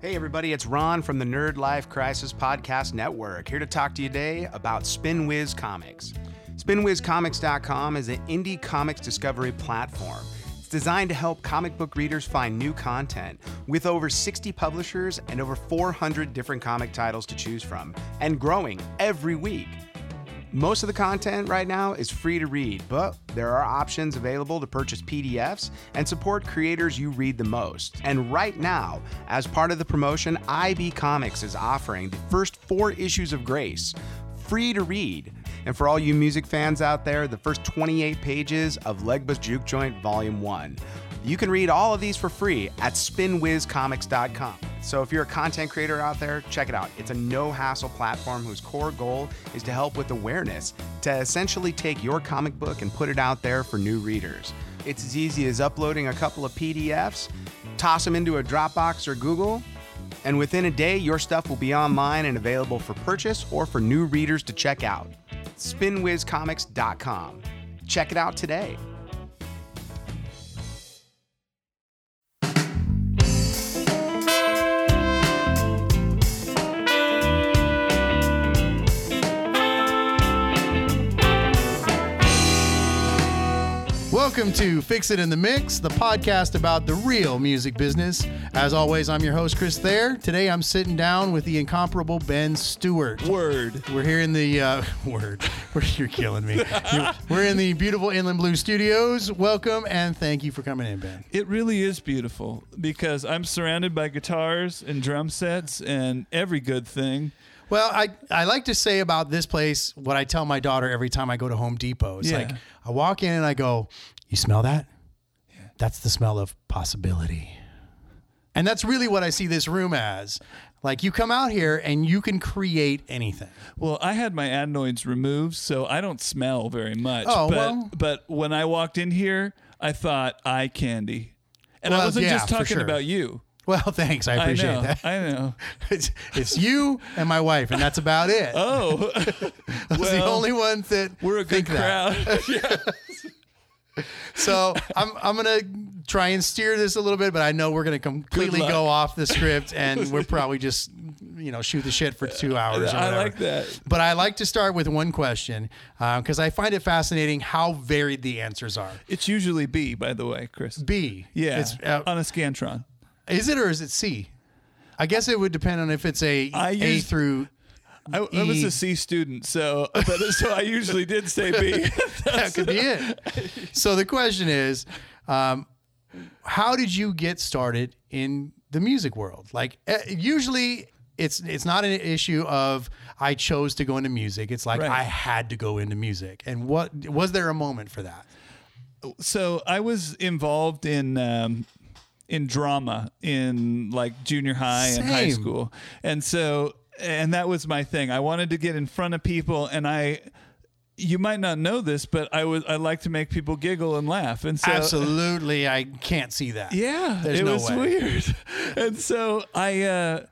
Hey, everybody, it's Ron from the Nerd Life Crisis Podcast Network, here to talk to you today about SpinWiz Comics. SpinWizComics.com is an indie comics discovery platform. It's designed to help comic book readers find new content with over 60 publishers and over 400 different comic titles to choose from, and growing every week. Most of the content right now is free to read, but there are options available to purchase PDFs and support creators you read the most. And right now, as part of the promotion, IB Comics is offering the first four issues of Grace free to read. And for all you music fans out there, the first 28 pages of Legba's Juke Joint Volume 1. You can read all of these for free at spinwizcomics.com. So if you're a content creator out there, check it out. It's a no hassle platform whose core goal is to help with awareness, to essentially take your comic book and put it out there for new readers. It's as easy as uploading a couple of PDFs, toss them into a Dropbox or Google, and within a day, your stuff will be online and available for purchase or for new readers to check out. SpinWizComics.com. Check it out today. Welcome to Fix It in the Mix, the podcast about the real music business. As always, I'm your host, Chris Thayer. Today I'm sitting down with the incomparable Ben Stewart. Word. We're here in the uh, word. We're- You're killing me. You're- We're in the beautiful Inland Blue Studios. Welcome and thank you for coming in, Ben. It really is beautiful because I'm surrounded by guitars and drum sets and every good thing. Well, I, I like to say about this place what I tell my daughter every time I go to Home Depot. It's Yeah. like I walk in and I go, You smell that? That's the smell of possibility. And that's really what I see this room as. Like you come out here and you can create anything. Well, I had my adenoids removed, so I don't smell very much. Oh, but, well. but when I walked in here, I thought eye candy. And I Well, wasn't yeah, just for talking sure. about you. Well, thanks. I appreciate I know. that. I know. It's, it's you and my wife, and that's about it. Oh, Those are the well, only ones that we're a good think that. crowd. So I'm I'm gonna try and steer this a little bit, but I know we're gonna completely luck. go off the script, and we're probably just you know shoot the shit for two hours. Or I whatever. like that. But I like to start with one question because I find it fascinating how varied the answers are. It's usually B, by the way, Chris. B. Yeah, It's, uh, on a Scantron. is it or is it C? I guess it would depend on if it's a I A used- through. I, I was E. a C student, so but, so I usually did say B. That could be it. So the question is, um, how did you get started in the music world? Like eh, usually. It's, it's not an issue of I chose to go into music. It's like Right. I had to go into music. And what was there a moment for that? so I was involved in um, in drama in like junior high and high Same. school, and so and that was my thing. I wanted to get in front of people, and I. You might not know this, but I was I like to make people giggle and laugh, and so Absolutely, I can't see that. Yeah, There's it no was way. weird. And so I, uh,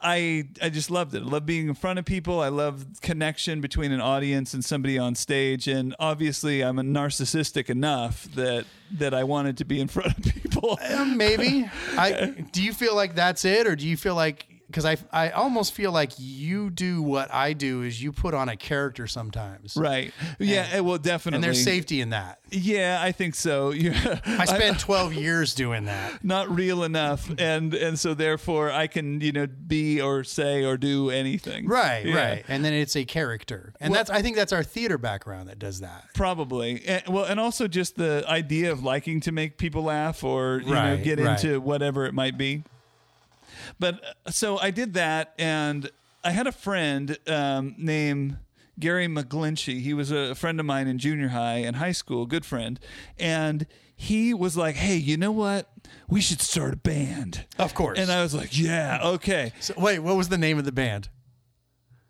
I, I just loved it. I love being in front of people. I love connection between an audience and somebody on stage. And obviously, I'm a narcissistic enough that that I wanted to be in front of people. Um, Maybe. I do you feel like that's it, or do you feel like because I I almost feel like you do what I do is you put on a character sometimes, Right. Yeah. eh, Well, definitely. And there's safety in that. Yeah, I think so. Yeah. I spent 12 years doing that. Not real enough, and and so therefore I can you know be or say or do anything. Right, Yeah. right. And then it's a character, and that's I think that's our theater background that does that. Probably. Eh, well, and also just the idea of liking to make people laugh or you Right, know get right. into whatever it might be. But uh, so I did that, and I had a friend um, named Gary McGlinchey. He was a friend of mine in junior high and high school, good friend, and he was like, "Hey, you know what? We should start a band." Of course. And I was like, "Yeah, okay." So, wait, what was the name of the band?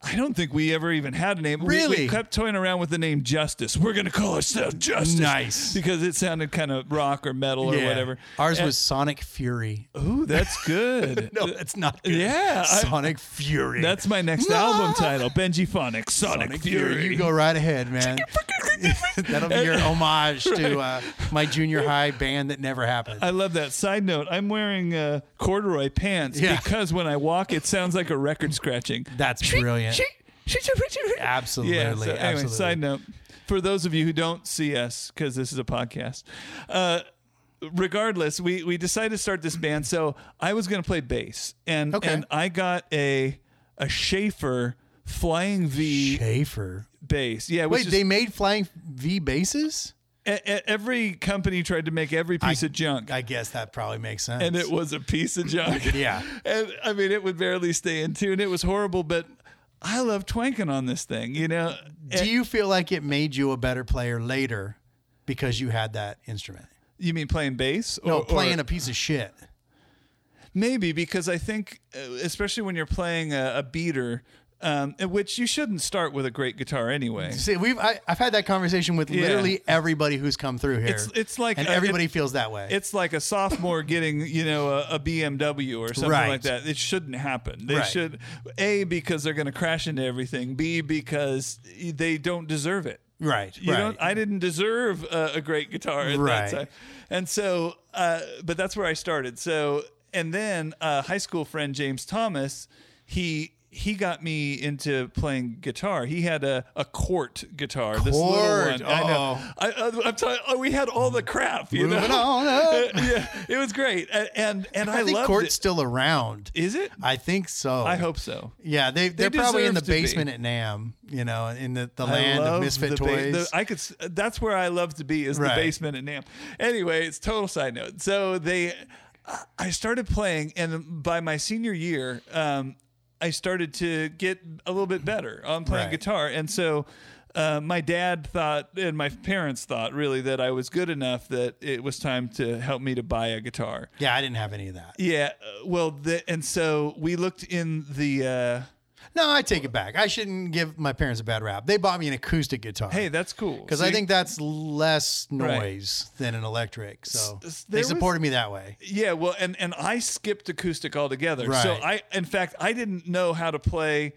I don't think we ever even had a name. We- We, Really? kept toying around with the name Justice. We're going to call ourselves Justice. Nice. Because it sounded kind of rock or metal or whatever. Ours And- was Sonic Fury. Ooh, that's good. No, it's not. Good. Yeah, I- Sonic Fury. That's my next album title, Benji Phonics, Sonic, Sonic Fury. You go right ahead, man. That'll be your homage to uh, my junior high band that never happened. I love that. Side note: I'm wearing uh, corduroy pants Yeah. because when I walk, it sounds like a record scratching. That's brilliant. Absolutely. Yeah. so anyway, absolutely. side note: for those of you who don't see us, because this is a podcast. Uh, regardless, we we decided to start this band. So I was going to play bass, and Okay. and I got a a Schaefer Flying V Schaefer. bass. Yeah. Wait, E. Which they is, made flying V bases? e- e- every company tried to make every piece of junk. I guess that probably makes sense. and it was a piece of junk. Yeah. And I mean, it would barely stay in tune. It was horrible, but I love twanking on this thing, you know? And- Do you feel like it made you a better player later because you had that instrument? you mean playing bass? Oh, Or, No, playing or- a piece of shit. Maybe, because I think, uh, especially when you're playing a, a beater, um, which you shouldn't start with a great guitar anyway. See, we've I, I've had that conversation with Yeah. literally everybody who's come through here. It's- it's like- and uh, it- everybody feels that way. It's like a sophomore getting, you know, a, a BMW or something Right. like that. It shouldn't happen. They Right. should, A, because they're going to crash into everything, B, because they don't deserve it. right, You right. don't, I didn't deserve a, a great guitar at Right. that time. And so, uh, but that's where I started. So, and then a high school friend, James Thomas, he he got me into playing guitar. He had a, a quart guitar, this little Chord, one. I know. uh-oh. I, I, am talking. Oh, we had all the crap. You Moving know? on up. yeah, it was great, and and, and I, I think loved Court's it. still around. Is it? I think so. I hope so. Yeah, they, they're probably in the deserve to be. basement at Nam, you know, in the, the I land of love misfit the ba- toys. the- I could. s- That's where I love to be is Right. the basement at Nam. Anyway, it's total side note. So they, I- I started playing, and by my senior year, um, I started to get a little bit better on playing Right. guitar, and so. Uh, my dad thought, and my parents thought, really, that I was good enough that it was time to help me to buy a guitar. yeah, I didn't have any of that. Yeah, uh, well, the, and so we looked in the. Uh, No, I take it back. I shouldn't give my parents a bad rap. They bought me an acoustic guitar. hey, that's cool because I See? think that's less Right. noise than an electric. So S- s- they there was- supported me that way. Yeah, well, and and I skipped acoustic altogether. So Right. I, in fact, I didn't know how to play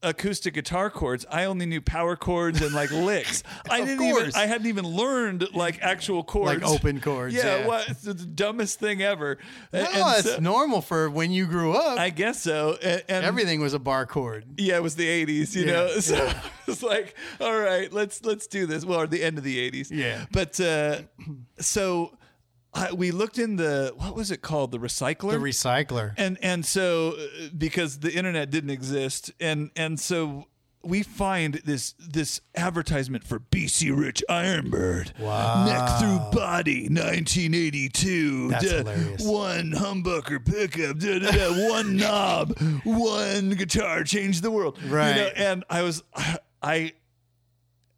acoustic guitar chords. I only knew power chords and like licks. I Of didn't course. even. I hadn't even learned like actual chords, Like open chords. Yeah, what it's the dumbest thing ever. No, that's normal for when you grew up. I guess so. And, and Everything was a bar chord. yeah, it was the '80s, you Yeah, know. So it's like, all right, let's let's do this. Well, or the end of the '80s. Yeah. But uh, so I, we looked in the what was it called? The recycler. The recycler. and and so uh, because the internet didn't exist and and so we find this this advertisement for BC Rich Ironbird. Wow. Neck through body, 1982. That's Duh. hilarious. One humbucker pickup, duh, duh, duh. one knob, one guitar changed the world. You know, Right. and I was, I,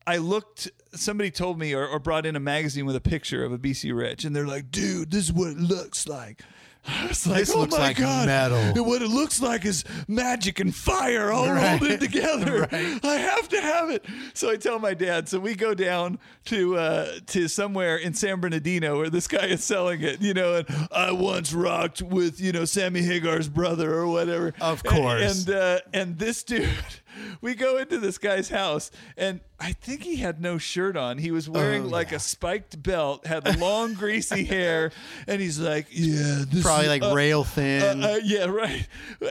I looked. Somebody told me or, or brought in a magazine with a picture of a BC Rich, and they're like, "Dude, this is what it looks like." I was like, This "Oh looks my like god, metal." And what it looks like is magic and fire all Right. rolled in together. I have to have it." So I tell my dad. So we go down to uh, to somewhere in San Bernardino where this guy is selling it. You know, and I once rocked with you know Sammy Hagar's brother or whatever. Of A- course. and uh, and this dude, we go into this guy's house, and I think he had no shirt on. He was wearing Oh, like a spiked belt, had long greasy hair, and he's like, "Yeah, this Probably is- like uh, rail thin. uh, uh, yeah, right.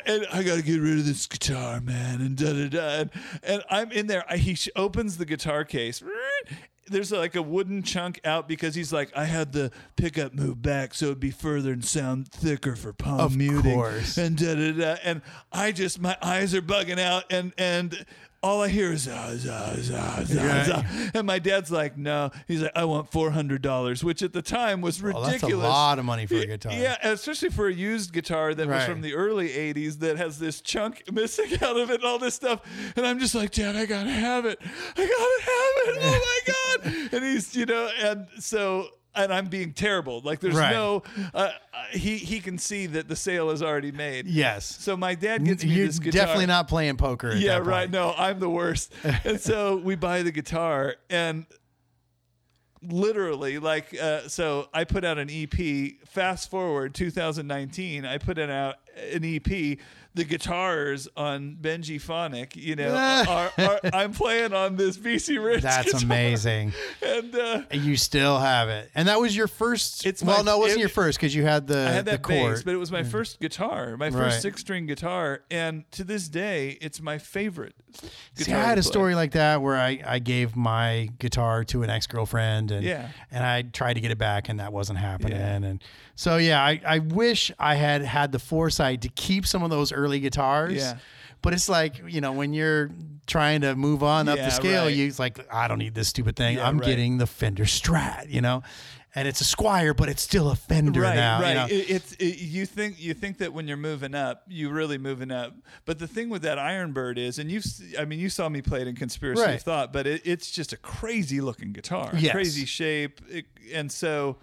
And I gotta get rid of this guitar, man. And da da da. And, and I'm in there. I, he sh- opens the guitar case. There's like a wooden chunk out because he's like, I had the pickup moved back so it'd be further and sound thicker for palm Of muting. course. And da da da. And I just my eyes are bugging out and and. All I hear is ah, zah, zah, zah, Yeah. zah. and my dad's like, "No." He's like, "I want four hundred dollars," which at the time was Well, ridiculous. that's a lot of money for a guitar. Yeah, and especially for a used guitar that was Right. from the early 80s that has this chunk missing out of it and all this stuff. And I'm just like, Dad, I gotta have it. I gotta have it. Oh my God. And he's, you know, and so. And I'm being terrible. Like there's Right. no, uh, he he can see that the sale is already made. Yes. So my dad gets me You're this guitar. definitely not playing poker. At Yeah, that point. right. No, I'm the worst. and so we buy the guitar, and literally like uh, so i put out an ep fast forward 2019 i put it out an ep the guitars on benji phonic you know are, are, i'm playing on this bc rich That's guitar. amazing. and uh, You still have it, and that was your first. It's well, my- no, it wasn't it- your first because you had the I had that the chord. bass, but it was my first guitar, my Right. first six string guitar, and to this day, it's my favorite. See, guitar I to had a play. story like that where I, I gave my guitar to an ex girlfriend and Yeah. and I tried to get it back and that wasn't happening Yeah. and so yeah I, I wish I had had the foresight to keep some of those early guitars Yeah. but it's like you know when you're trying to move on up the Yeah, scale right. you it's like I don't need this stupid thing Yeah, I'm right. getting the Fender Strat you know and it's a Squire but it's still a Fender Right, now you right. know? It- it's it, you think you think that when you're moving up, you're really moving up. But the thing with that Iron Bird is, and you've s- I mean, you saw me play it in Conspiracy Right. of Thought, but it, it's just a crazy looking guitar, Yes. crazy shape, it, and so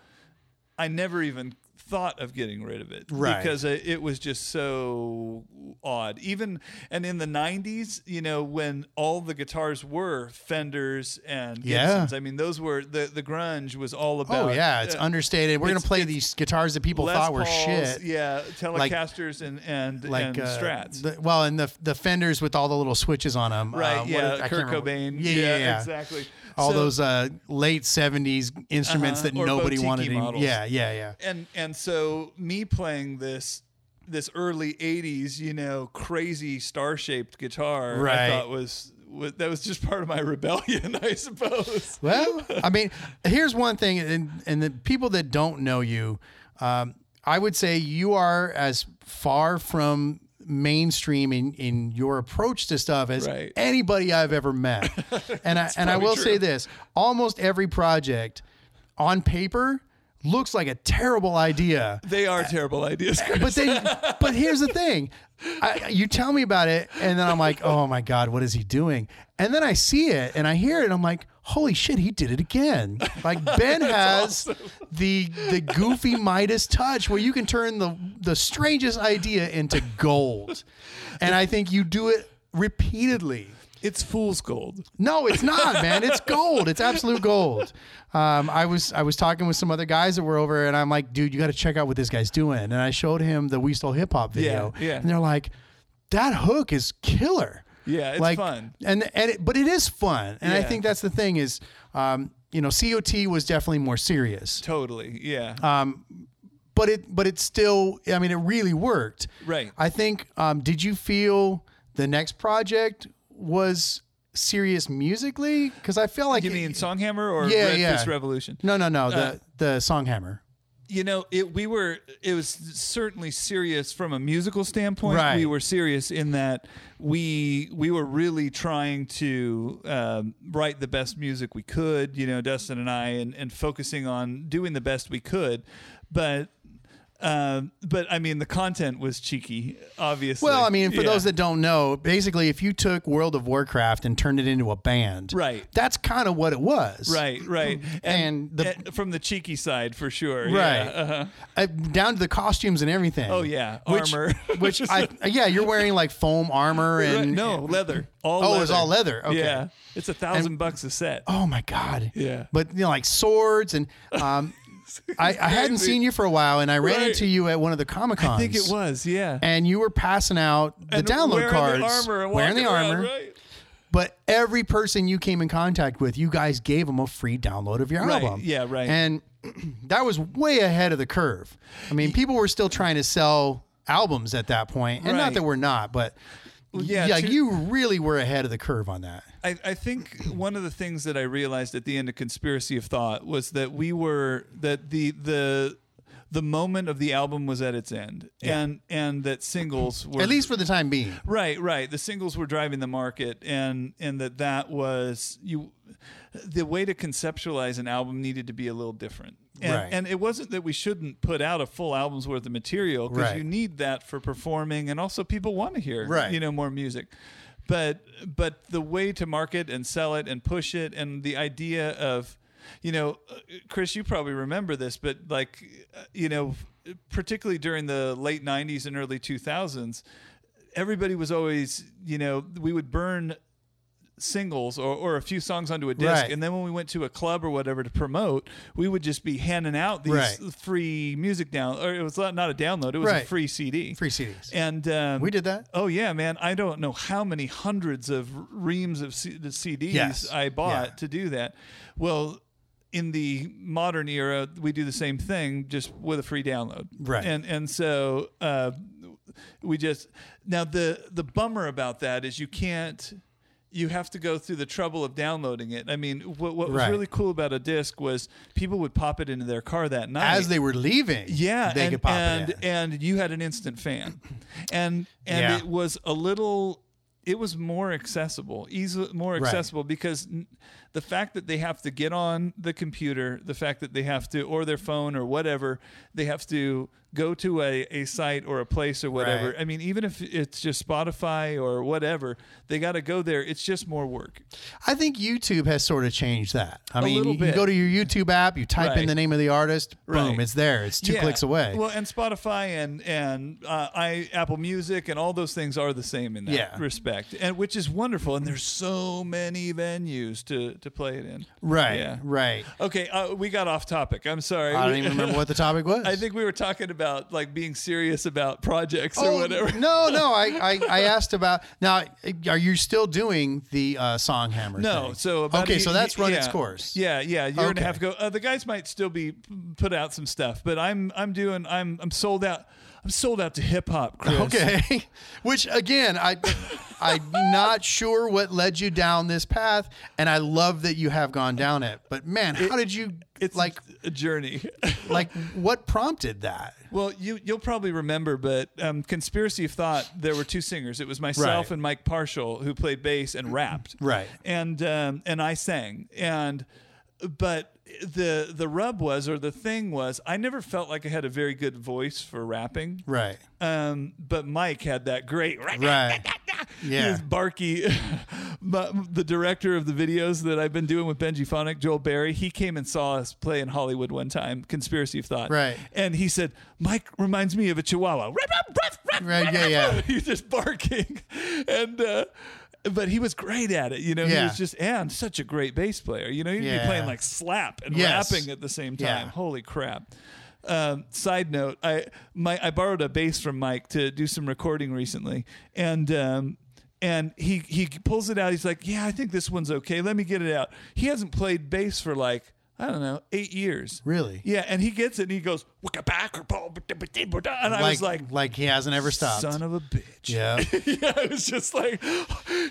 I never even thought of getting rid of it Right. because it, it was just so odd even and in the 90s you know when all the guitars were fenders and Yeah. Gibsons, i mean those were the the grunge was all about oh yeah it's uh, understated we're gonna it's- play it's these guitars that people Les thought were Pauls, shit Yeah, Telecasters and and and uh, Strats. the- well, and the the fenders with all the little switches on them. right. yeah. I can't Kurt remember- Cobain. Yeah, yeah, yeah. Exactly. All So- those uh, late '70s instruments Uh-huh, that or nobody boutique-y wanted. To, models. yeah, yeah, yeah. And and so me playing this this early '80s, you know, crazy star shaped guitar, Right. I thought was, was that was just part of my rebellion, I suppose. Well, I mean, here's one thing, and and the people that don't know you, um, I would say you are as far from mainstream in, in your approach to stuff as Right. anybody I've ever met. and I and I will probably say true. this: almost every project on paper looks like a terrible idea. They are terrible ideas. But then, but here's the thing: I, you tell me about it, and then I'm like, "Oh my god, what is he doing?" And then I see it and I hear it, and I'm like, "Holy shit, he did it again!" Like Ben has the the goofy Midas touch, where you can turn the the strangest idea into gold, and I think you do it repeatedly. It's fool's gold. No, it's not, man. It's gold. It's absolute gold. Um, I was I was talking with some other guys that were over, and I'm like, dude, you got to check out what this guy's doing. And I showed him the We Stole Hip Hop video, Yeah, yeah. and they're like, that hook is killer. Yeah, it's fun. And and it, but it is fun, and I Yeah. think that's the thing is, um, you know, COT was definitely more serious, Totally. Yeah. Uh, but it but it still, I mean, it really worked. Right. I think. Um, did you feel the next project was? serious musically because i feel like you it- mean Songhammer or Yeah, Red yeah. Fist Revolution? No, no, no. The the Songhammer. you know it we were it was certainly serious from a musical standpoint Right. we were serious in that we we were really trying to um, write the best music we could you know dustin and i and, and focusing on doing the best we could but um, but i mean the content was cheeky obviously Well, I mean, for Yeah. those that don't know, basically, if you took World of Warcraft and turned it into a band, Right. That's kind of what it was, right right And the- and from the cheeky side for sure Right. yeah. Uh-huh. Uh, down to the costumes and everything. oh yeah Which- armor Which I yeah, you're wearing like foam armor and no leather all Oh, leather. it was all leather. Okay. Yeah, it's a thousand bucks a set. Oh my god. Yeah. But you know, like swords and um, I, I hadn't crazy. seen you for a while, and I ran Right. into you at one of the comic cons. I think it was. Yeah, And you were passing out the And download wearing cards, the armor, and wearing the walking around, armor. right? But every person you came in contact with, you guys gave them a free download of your Right, album. yeah, right. And that was way ahead of the curve. I mean, people were still trying to sell albums at that point, and not Right. that we're not, but yeah, yeah, two- you really were ahead of the curve on that. I, I think one of the things that I realized at the end of Conspiracy of Thought was that we were that the the the moment of the album was at its end, and and that singles were At least for the time being. Right, right. The singles were driving the market, and and that that was you. The way to conceptualize an album needed to be a little different, and, Right. and it wasn't that we shouldn't put out a full album's worth of material because Right. you need that for performing, and also people want to hear, Right. you know, more music. But but the way to market and sell it and push it, and the idea of you know, uh, Chris, you probably remember this, but like, uh, you know, particularly during the late 90s and early 2000s, everybody was always, you know, we would burn singles or, or a few songs onto a disc Right. and then when we went to a club or whatever to promote we would just be handing out these Right. free music down or it was not not a download it was a Right. free cd Free CDs. and um, We did that. oh yeah man i don't know how many hundreds of reams of C- the cds Yes. i bought Yeah. to do that well in the modern era we do the same thing just with a free download Right. and and so uh, we just now the the bummer about that is you can't you have to go through the trouble of downloading it. I mean, what, what was Right. really cool about a disc was people would pop it into their car that night As they were leaving, yeah, they and, could pop and, it in. and you had an instant fan, and and Yeah. it was a little, it was more accessible, easily more accessible because n- the fact that they have to get on the computer, the fact that they have to or their phone or whatever, they have to go to a, a site or a place or whatever. Right. I mean, even if it's just Spotify or whatever, they got to go there. It's just more work. I think YouTube has sort of changed that. I mean, little you can bit. go to your YouTube app, you type in Right. the name of the artist, boom, Right. it's there. It's two Yeah. clicks away. Well, and Spotify and and uh, I Apple Music and all those things are the same in that Yeah. respect, and which is wonderful. And there's so many venues to to play it in. right, Yeah. right. Okay, uh, we got off topic. I'm sorry. I don't even remember what the topic was. I think we were talking about like being serious about projects or Oh, whatever. no, no. I, I, I asked about now. Are you still doing the uh, song hammer? No, thing? so about okay, a- so that's run yeah. its course. Yeah, yeah, year and a Okay. half ago. Uh, the guys might still be put out some stuff, but I'm I'm doing I'm I'm sold out. I'm sold out to hip hop, Chris. Okay. Which again, I I'm not sure what led you down this path, and I love that you have gone down it. But man, how did you? It's It's like a journey. like what prompted that? Well, you you'll probably remember, but um, conspiracy of thought. There were two singers. It was myself Right. and Mike Parshall who played bass and rapped. Right. And um, and I sang. And but the the rub was, or the thing was, I never felt like I had a very good voice for rapping. Right. Um, but Mike had that great Right. Yeah. His barky, but the director of the videos that I've been doing with Benji Fonic, Joel Berry, he came and saw us play in Hollywood one time, Conspiracy of Thought. Right. And he said, Mike reminds me of a chihuahua. Right, yeah, yeah. He's just barking. And, uh, but he was great at it, you know. He Yeah. was just and such a great bass player. You know, he'd be Yeah. playing like slap and Yes. rapping at the same Yeah. time. Holy crap! Um, side note, I my I borrowed a bass from Mike to do some recording recently, and um, and he he pulls it out. He's like, "Yeah, I think this one's okay. Let me get it out." He hasn't played bass for like I don't know eight years. Really? Yeah, and he gets it and he goes, "Wicka back or blah, blah, blah, blah, blah," and I was like, like he hasn't ever stopped. "Son of a bitch." yeah. yeah, I was just like,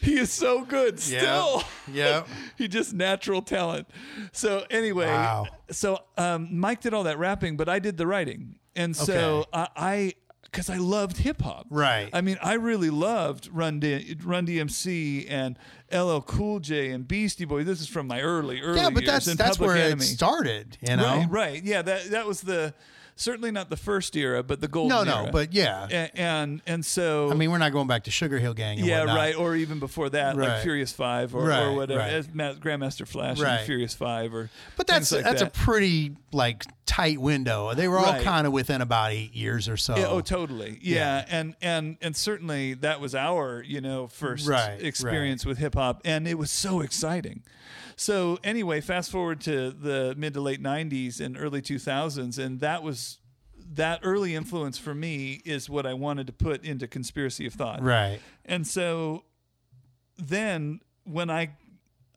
he is so good Yeah. still. Yep. he just natural talent. So anyway, Wow. so um, Mike did all that rapping, but I did the writing, and so Okay. I. I because I loved hip hop, Right. I mean, I really loved Run, D- Run DMC and LL Cool J and Beastie Boy. This is from my early, early Yeah, but years that's and that's Public where Enemy. it started. You know. Right, right. Yeah, that that was the certainly not the first era, but the golden. No, no, era. but yeah. A- and and so I mean, we're not going back to Sugar Hill Gang. And yeah, whatnot. right. Or even before that, like Right. Furious Five or, Right, or whatever, right. as Ma- Grandmaster Flash Right. and Furious Five, or But that's things like that's that. a pretty like tight window. They were all Right. kind of within about eight years or so. Yeah, oh, totally. Yeah. and and and certainly that was our you know first Right, experience with hip hop, and it was so exciting. So anyway, fast forward to the mid to late '90s and early 2000s, and that was that early influence for me is what I wanted to put into conspiracy of thought. right. And so then when I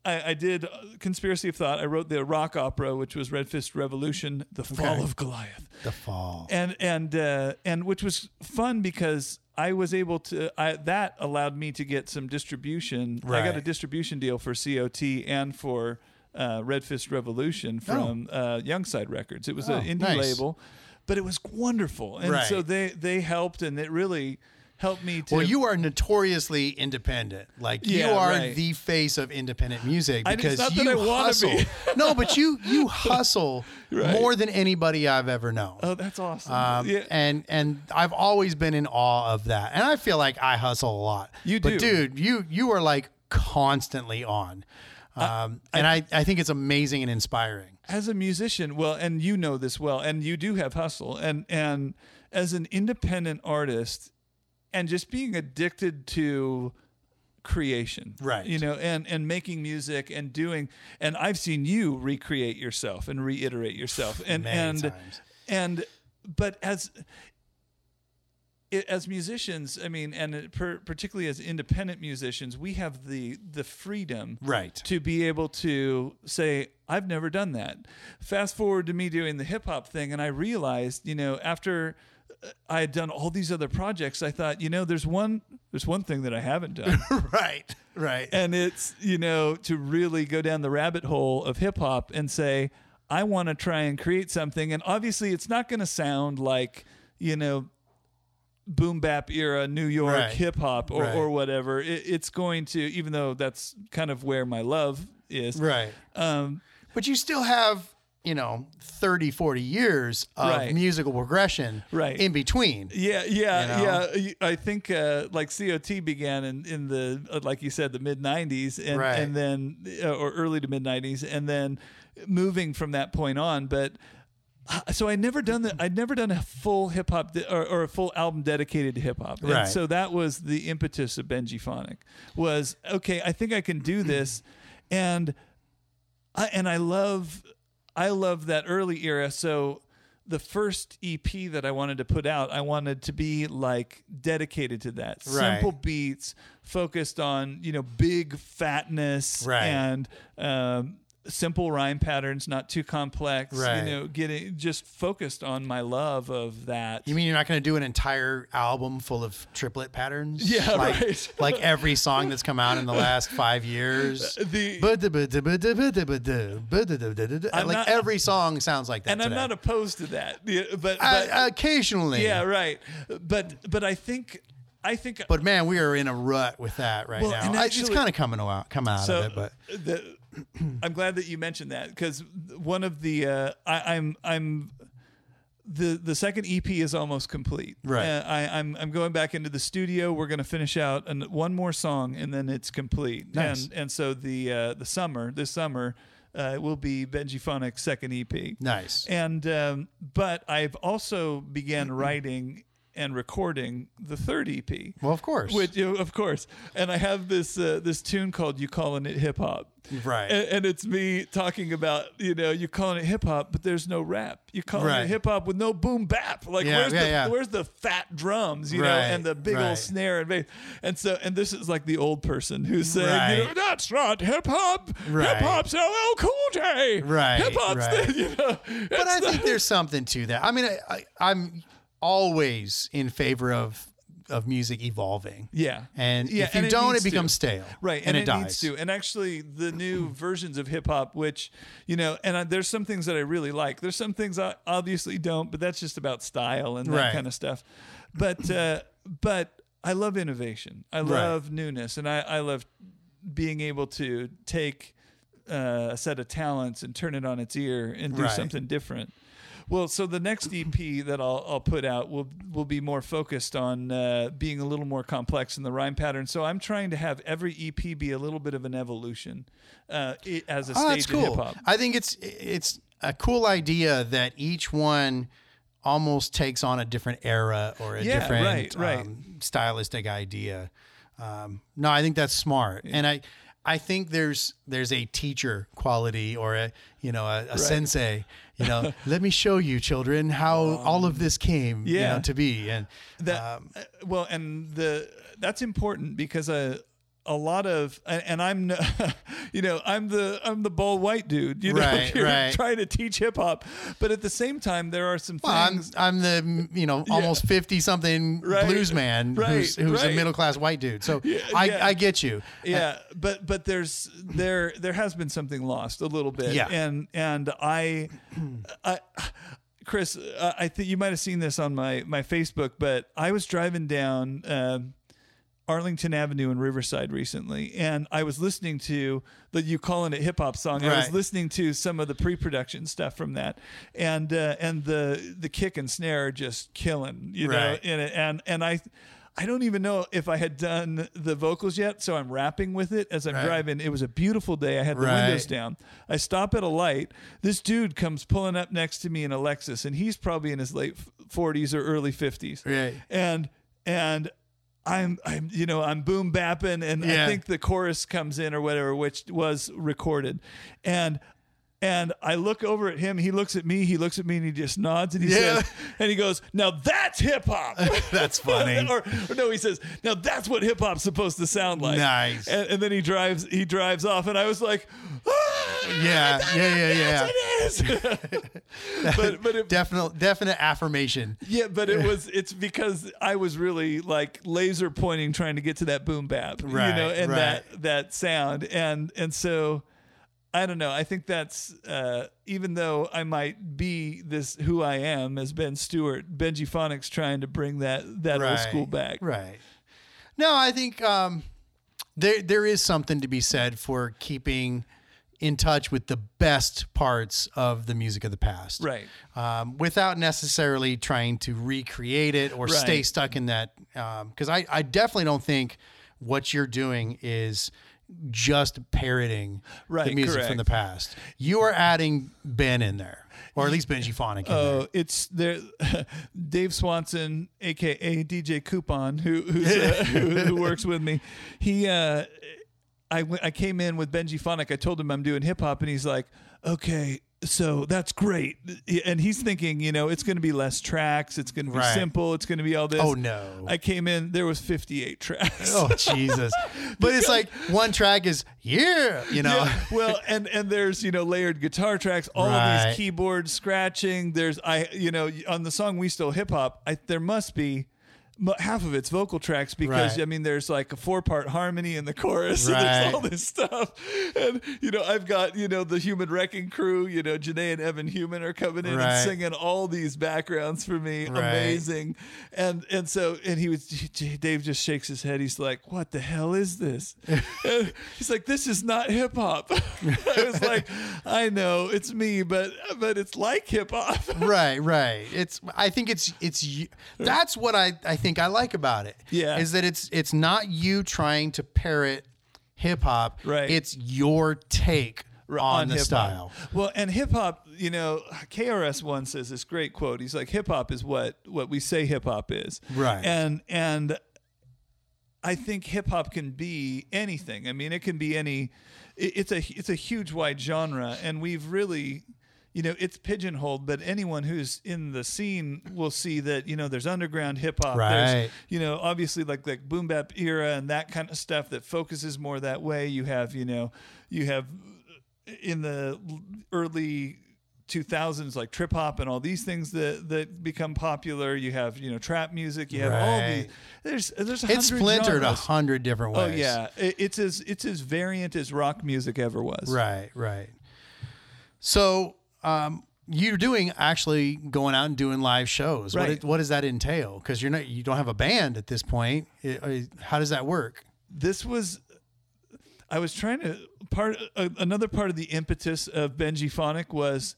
I, I did uh, Conspiracy of Thought, I wrote the rock opera, which was Red Fist Revolution, The Fall Okay. of Goliath. The fall. And and uh, and which was fun because I was able to I, that allowed me to get some distribution. I got a Right. distribution deal for COT and for uh, Red Fist Revolution from uh, Youngside Records. It was Oh, an indie nice. label, but it was wonderful. And Right. so they they helped, and it really helped me to Well, you are notoriously independent. Like Yeah, you are right. the face of independent music I- it's because not that you I wanna hustle. be. no, but you you hustle more than anybody I've ever known. Oh, that's awesome. Um, yeah. and and I've always been in awe of that. And I feel like I hustle a lot. You do. but dude, you you are like constantly on, Uh, um, and I, I think it's amazing and inspiring. as a musician, well, and you know this well, and you do have hustle, and and as an independent artist, and just being addicted to creation Right. you know and and making music and doing and i've seen you recreate yourself and reiterate yourself and Many and times. and but as it, as musicians i mean and it, per, particularly as independent musicians we have the the freedom Right. to be able to say i've never done that fast forward to me doing the hip hop thing and i realized you know after uh, i had done all these other projects i thought you know there's one there's one thing that i haven't done right, right. and it's you know to really go down the rabbit hole of hip hop and say I want to try and create something and obviously it's not going to sound like you know boom bap era New York Right. hip hop or, Right. or whatever it, it's going to even though that's kind of where my love is right. um But you still have, you know, 30, 40 years of Right. musical progression Right. in between. Yeah, yeah, You know? yeah. I think uh, like COT began in in the uh, like you said the mid '90s, and Right. and then uh, or early to mid '90s, and then moving from that point on. But uh, so I never done that. I'd never done a full hip hop de- or, or a full album dedicated to hip hop. And Right. So that was the impetus of Benji Phonic was okay. I think I can do this, and I, and I love I love that early era. So the first EP that I wanted to put out, I wanted to be like dedicated to that. Right. Simple beats focused on, you know, big fatness Right. and um, simple rhyme patterns, not too complex. Right. You know, getting just focused on my love of that. You mean you're not going to do an entire album full of triplet patterns? Yeah, like, right. like every song that's come out in the last five years. the- Like I'm not- every song sounds like that. and I'm today. not opposed to that. Yeah, But, but I- occasionally. yeah, right. But but I think I think But man, we are in a rut with that right Well, now. and I- it's actually- kind of coming out, come out of it, but the, I'm glad that you mentioned that because one of the uh, I, I'm I'm the the second EP is almost complete. Right. Uh, I, I'm I'm going back into the studio. We're going to finish out an, one more song and then it's complete. Nice. And and so the uh, the summer this summer uh, will be Benji Phonic's second EP. nice. And um, but I've also began writing and recording the third E EP. Well, of course. Which, you know, of course, and I have this uh, this tune called "You Calling It Hip Hop," Right. And, and it's me talking about you know you calling it hip hop, but there's no rap. You calling Right. it hip hop with no boom bap. Like Yeah, where's yeah, the yeah. where's the fat drums, you know, Right, and the big right. old snare and bass. And so and this is like the old person who's saying, you know, Right. that's not hip hop. Right. Hip hop's LL Cool J. Right, Hip hop's right. the you know. but I think there's something to that. I mean, I, I, I'm always in favor of of music evolving. Yeah. And Yeah, if you and it don't, it, needs to. becomes stale. Right, And, it, dies. needs to. And actually, the new versions of hip hop, which you know, and I, there's some things that I really like. There's some things I obviously don't, but that's just about style and that Right. kind of stuff. But uh, but I love innovation. I love newness, and I, I love being able to take uh, a set of talents and turn it on its ear and do Right. something different. Well, so the next EP that I'll, I'll put out will will be more focused on uh, being a little more complex in the rhyme pattern. So I'm trying to have every EP be a little bit of an evolution uh, i- as a Oh, stage that's in hip cool. hop. I think it's it's a cool idea that each one almost takes on a different era or a Yeah, different right, right. um, stylistic idea. Um, no, I think that's smart, and I I think there's there's a teacher quality or a you know a, a sensei. You know, let me show you children how all of this came you Um, yeah. know, to be, and That Um, uh, well, and the that's important because a a lot of and, and I'm no- you know I'm the I'm the bald white dude you know Right, here right. trying to teach hip hop, but at the same time there are some Well, I'm things. I'm the you know almost fifty something Right. blues man Right, who's who's a right. middle class white dude. So I, yeah. I get you. yeah but but there's there there has been something lost a little bit Yeah. and and i i chris uh, i think you might have seen this on my my facebook but i was driving down um Arlington Avenue in Riverside recently, and I was listening to the "You Calling It Hip Hop" song. I was Right. listening to some of the pre-production stuff from that, and uh, and the the kick and snare are just killing, you Right. know, in it. And and I, I don't even know if I had done the vocals yet, so I'm rapping with it as I'm driving. It was a beautiful day. I had the Right. windows down. I stop at a light. This dude comes pulling up next to me in a Lexus, and he's probably in his late 40s or early 50s Right. and and I'm, I'm, you know, I'm boom bapping, and Yeah. I think the chorus comes in or whatever, which was recorded, and and I look over at him. He looks at me. He looks at me, and he just nods, and he Yeah. says, and he goes, "Now that's hip hop." That's funny. or, or no, he says, "Now that's what hip hop's supposed to sound like." Nice. And, and then he drives, he drives off, and I was like, "Ah, Yeah, yeah, yeah, yeah. yes, it is." but but it, Definite, definite affirmation. yeah, but it was it's because I was really like laser pointing trying to get to that boom bap, Right, you know, and right. that that sound, and and so I don't know. I think that's uh, even though I might be this who I am as Ben Stewart, Benji Phonics trying to bring that that old school back. Right. No, I think um, there there is something to be said for keeping in touch with the best parts of the music of the past. Right. Um, without necessarily trying to recreate it or stay stuck in that. Because I, I definitely don't think what you're doing is just parroting the Right, music from correct. the past. You are adding Ben in there, or at least Benji Fonic in there. Oh, it's there. Dave Swanson, aka DJ Coupon, who who's, uh, who, who works with me. He, uh, I went- I came in with Benji Fonic. I told him I'm doing hip hop, and he's like, okay. So that's great, and he's thinking, you know, it's going to be less tracks, it's going to be Right. simple, it's going to be all this. Oh, no. I came in, there was 58 tracks. Oh Jesus! But it's like one track is yeah, you know. Yeah, well, and and there's you know layered guitar tracks, all of Right. these keyboard scratching. There's I you know on the song we still hip hop. I there must be mu- half of it's vocal tracks because Right. I mean there's like a four part harmony in the chorus. And Right. there's all this stuff, and you know I've got you know the Human Wrecking Crew. You know Janae and Evan Human are coming in Right. and singing all these backgrounds for me. Right. Amazing, and and so and he was Dave just shakes his head. He's like, "What the hell is this?" And he's like, "This is not hip hop." I was like, "I know it's me, but but it's like hip hop." Right, right. It's I think it's it's you- that's what I I think I like about it. Yeah. Is that it's it's not you trying to parrot hip hop. Right. It's your take on, the hip-hop. style. Well, and hip hop, you know, KRS One says this great quote. He's like, "Hip hop is what what we say hip hop is." Right. And and I think hip hop can be anything. I mean, it can be any. it- It's a it's a huge wide genre, and we've really. You know, it's pigeonholed, but anyone who's in the scene will see that, you know, there's underground hip hop. Right. There's, you know, obviously like the boom bap era and that kind of stuff that focuses more that way. You have, you know, you have in the l- early 2000s like trip hop and all these things that that become popular you have you know trap music you have all these Right. there's there's a It's hundred splintered a genres. hundred different oh ways. yeah It- it's as it's as variant as rock music ever was Right, right. So um, you're doing actually going out and doing live shows. What, Right. it- what does that entail? Because you're not you don't have a band at this point. It- uh, how does that work? this was I was trying to part uh, another part of the impetus of Benji Phonic was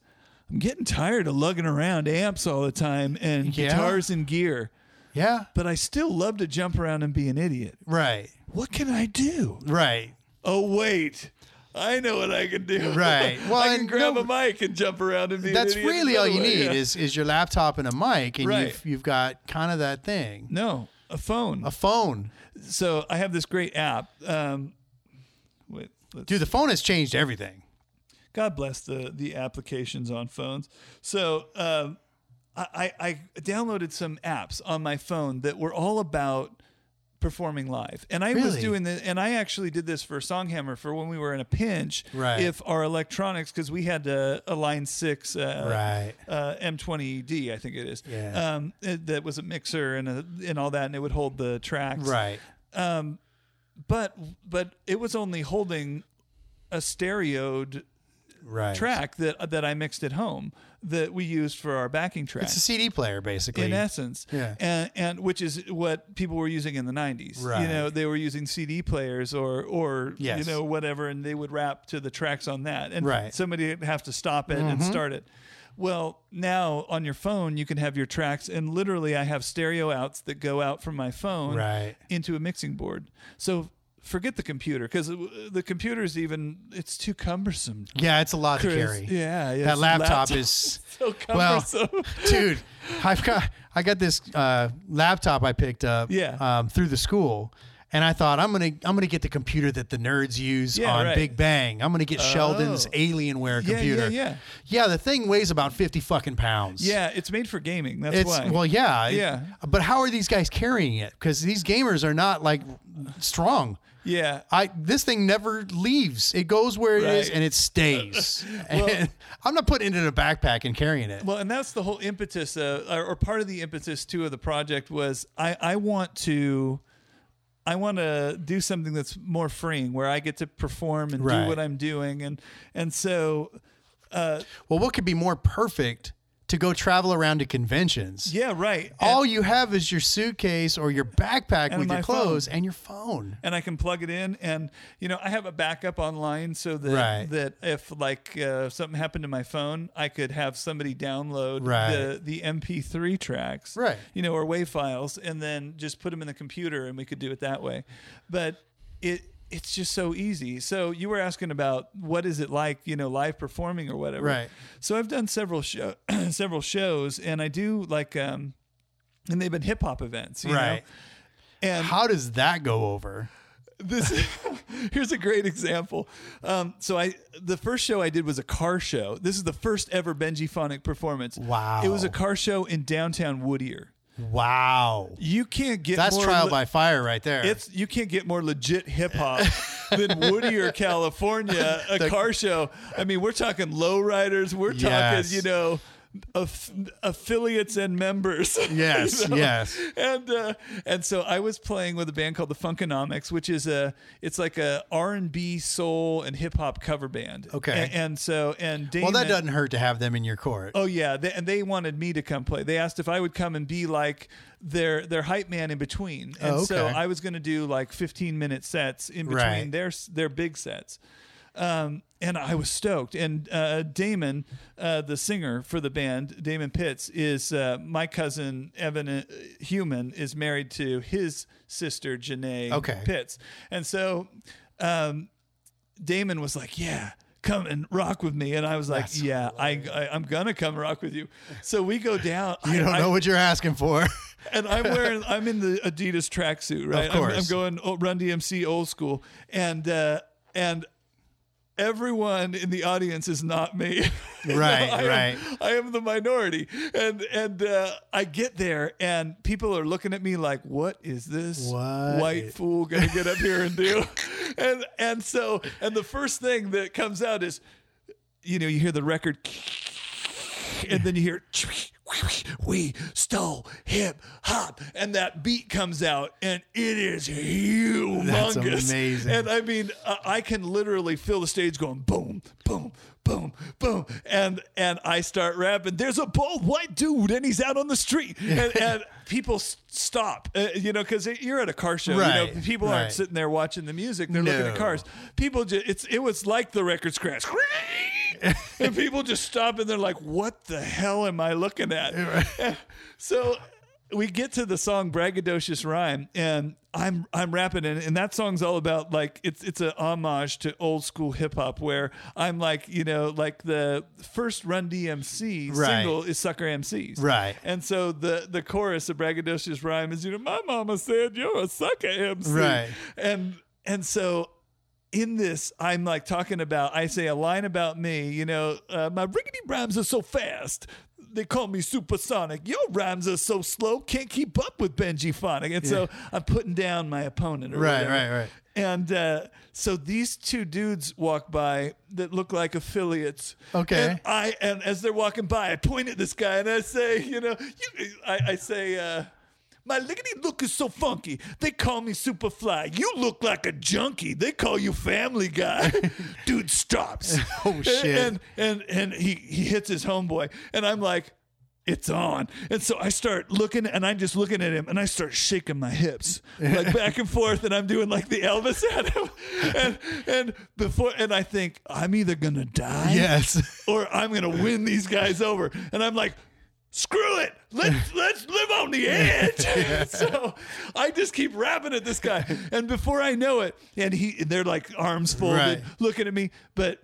I'm getting tired of lugging around amps all the time and Yeah. guitars and gear Yeah. but I still love to jump around and be an idiot Right. what can I do Right. oh wait i know what i can do Right. Well, well i can and grab no- a mic and jump around and be an That's idiot really all you another way. need Yeah. is is your laptop and a mic, and Right. you've you've got kind of that thing. no a phone A phone, so i have this great app um wait let's, dude. The phone has changed everything. god bless the the applications on phones so um I, I I downloaded some apps on my phone that were all about performing live. And I was Really? doing this, and I actually did this for Songhammer for when we were in a pinch. Right. If our electronics, because we had a, a Line 6 uh, Right. uh, M20D, I think it is. Yeah. Um, it- that was a mixer and a, and all that, and it would hold the tracks. Right. But but it was only holding a stereoed Right. track that that I mixed at home that we used for our backing track. It's a CD player, basically. in essence, Yeah. and, and which is what people were using in the '90s. Right. You know, they were using CD players or or Yes. you know whatever, and they would rap to the tracks on that, and Right. Mm-hmm. somebody would have to stop it and start it. Well, now on your phone, you can have your tracks, and literally, I have stereo outs that go out from my phone Right. into a mixing board. So forget the computer because the computer's even it's too cumbersome. Yeah, it's a lot Chris. to carry. Yeah, yeah, that it's laptop, laptop. is So well, cumbersome. dude. I've got I got this uh, laptop I picked up Yeah. um, through the school, and I thought I'm gonna I'm gonna get the computer that the nerds use Yeah, on right. Oh. Big Bang. I'm gonna get Sheldon's Alienware Yeah, yeah, computer. yeah. yeah. The thing weighs about fifty fucking pounds. yeah, it's made for gaming. That's It's why. well, yeah, it- Yeah. But how are these guys carrying it? Because these gamers are not like strong. yeah, I this thing never leaves. It goes where it is Right. and it stays. And I'm not putting it in a backpack and carrying it. Well, and that's the whole impetus, uh, or, or part of the impetus too of the project was I, I want to, I want to do something that's more freeing, where I get to perform and Right. do what I'm doing, and and so Well, what could be more perfect to go travel around to conventions? yeah, right. And, All you have is your suitcase or your backpack with my your clothes and your phone. and I can plug it in, and you know I have a backup online so that Right. that if like uh, something happened to my phone, I could have somebody download Right. the the MP3 tracks, Right. You know, or WAV files, and then just put them in the computer, and we could do it that way. But it it's just so easy. So you were asking about what is it like, you know, live performing or whatever, Right. So I've done several show several shows, and I do like um, and they've been hip hop events, you Right. Know? And How does that go over? this here's a great example. Um, so I the first show I did was a car show. This is the first ever Benji Phonic performance. Wow. It was a car show in downtown Whittier. Wow. You can't get That's more trial le- by fire right there. it's you can't get more legit hip hop than Whittier, California, a car show. I mean, we're talking lowriders. We're Yes. talking, you know, aff- affiliates and members. Yes, yes. And uh, and so I was playing with a band called the Funkonomics, which is a it's like a R and B, soul, and hip hop cover band. Okay. A- and, so and well, that Damon- doesn't hurt to have them in your court. Oh yeah, they, and they wanted me to come play. They asked if I would come and be like their their hype man in between. And Oh, so okay. I was going to do like 15 minute sets in between Right. their their big sets. Um, and I was stoked. And uh, Damon, uh, the singer for the band, Damon Pitts, is uh, my cousin Evan uh, Human is married to his sister Janae Okay. Pitts, and so Damon was like, "Yeah, come and rock with me," and I was like, "Yeah, I, I I'm gonna come rock with you." So we go down. you don't I, know what you're asking for. and I'm wearing I'm in the Adidas tracksuit, right? Of I'm- I'm, course. going oh, Run DMC old school, and uh, and everyone in the audience is not me. You know, Right, I am- right. I am the minority, and and uh, I get there, and people are looking at me like, "What is this What white i- fool gonna get up here and do?" and and so and the first thing that comes out is, you know, you hear the record and then you hear we stole hip hop and that beat comes out and it is humongous That's amazing. and i mean uh, i can literally fill the stage going boom boom boom boom and and i start rapping there's a bald white dude and he's out on the street and, and people s- stop uh, you know because you're at a car show you know Right, people aren't right. sitting there watching the music they're looking at No. cars people just it's it was like the record scratch and people just stop and they're like what the hell am i looking at so we get to the song braggadocious rhyme and i'm i'm rapping and, and that song's all about like it's it's a homage to old school hip-hop where i'm like you know like the first run dmc Right. single is sucker mcs Right. and so the the chorus of braggadocious rhyme is you know my mama said you're a sucker mc Right. and and so in this, I'm like talking about, I say a line about me, you know, uh, my rickety rhymes are so fast. They call me supersonic. Your rhymes are so slow, can't keep up with Benji Phonic. And so I'm putting down my opponent. Or Right, whatever. right, right. And uh, so these two dudes walk by that look like affiliates. Okay. And I and as they're walking by, I point at this guy and I say, you know, you, I, I say, uh, my lickety look is so funky. They call me super fly. You look like a junkie. They call you family guy. Dude stops. Oh, shit. And and and he he hits his homeboy, and I'm like. It's on. And so I start looking and I'm just looking at him and I start shaking my hips like back and forth and I'm doing like the Elvis at him. And and before and I think I'm either gonna die yes. or I'm going to win these guys over. And I'm like, screw it let's let's live on the edge so i just keep rapping at this guy and before i know it and he they're like arms folded Right. looking at me but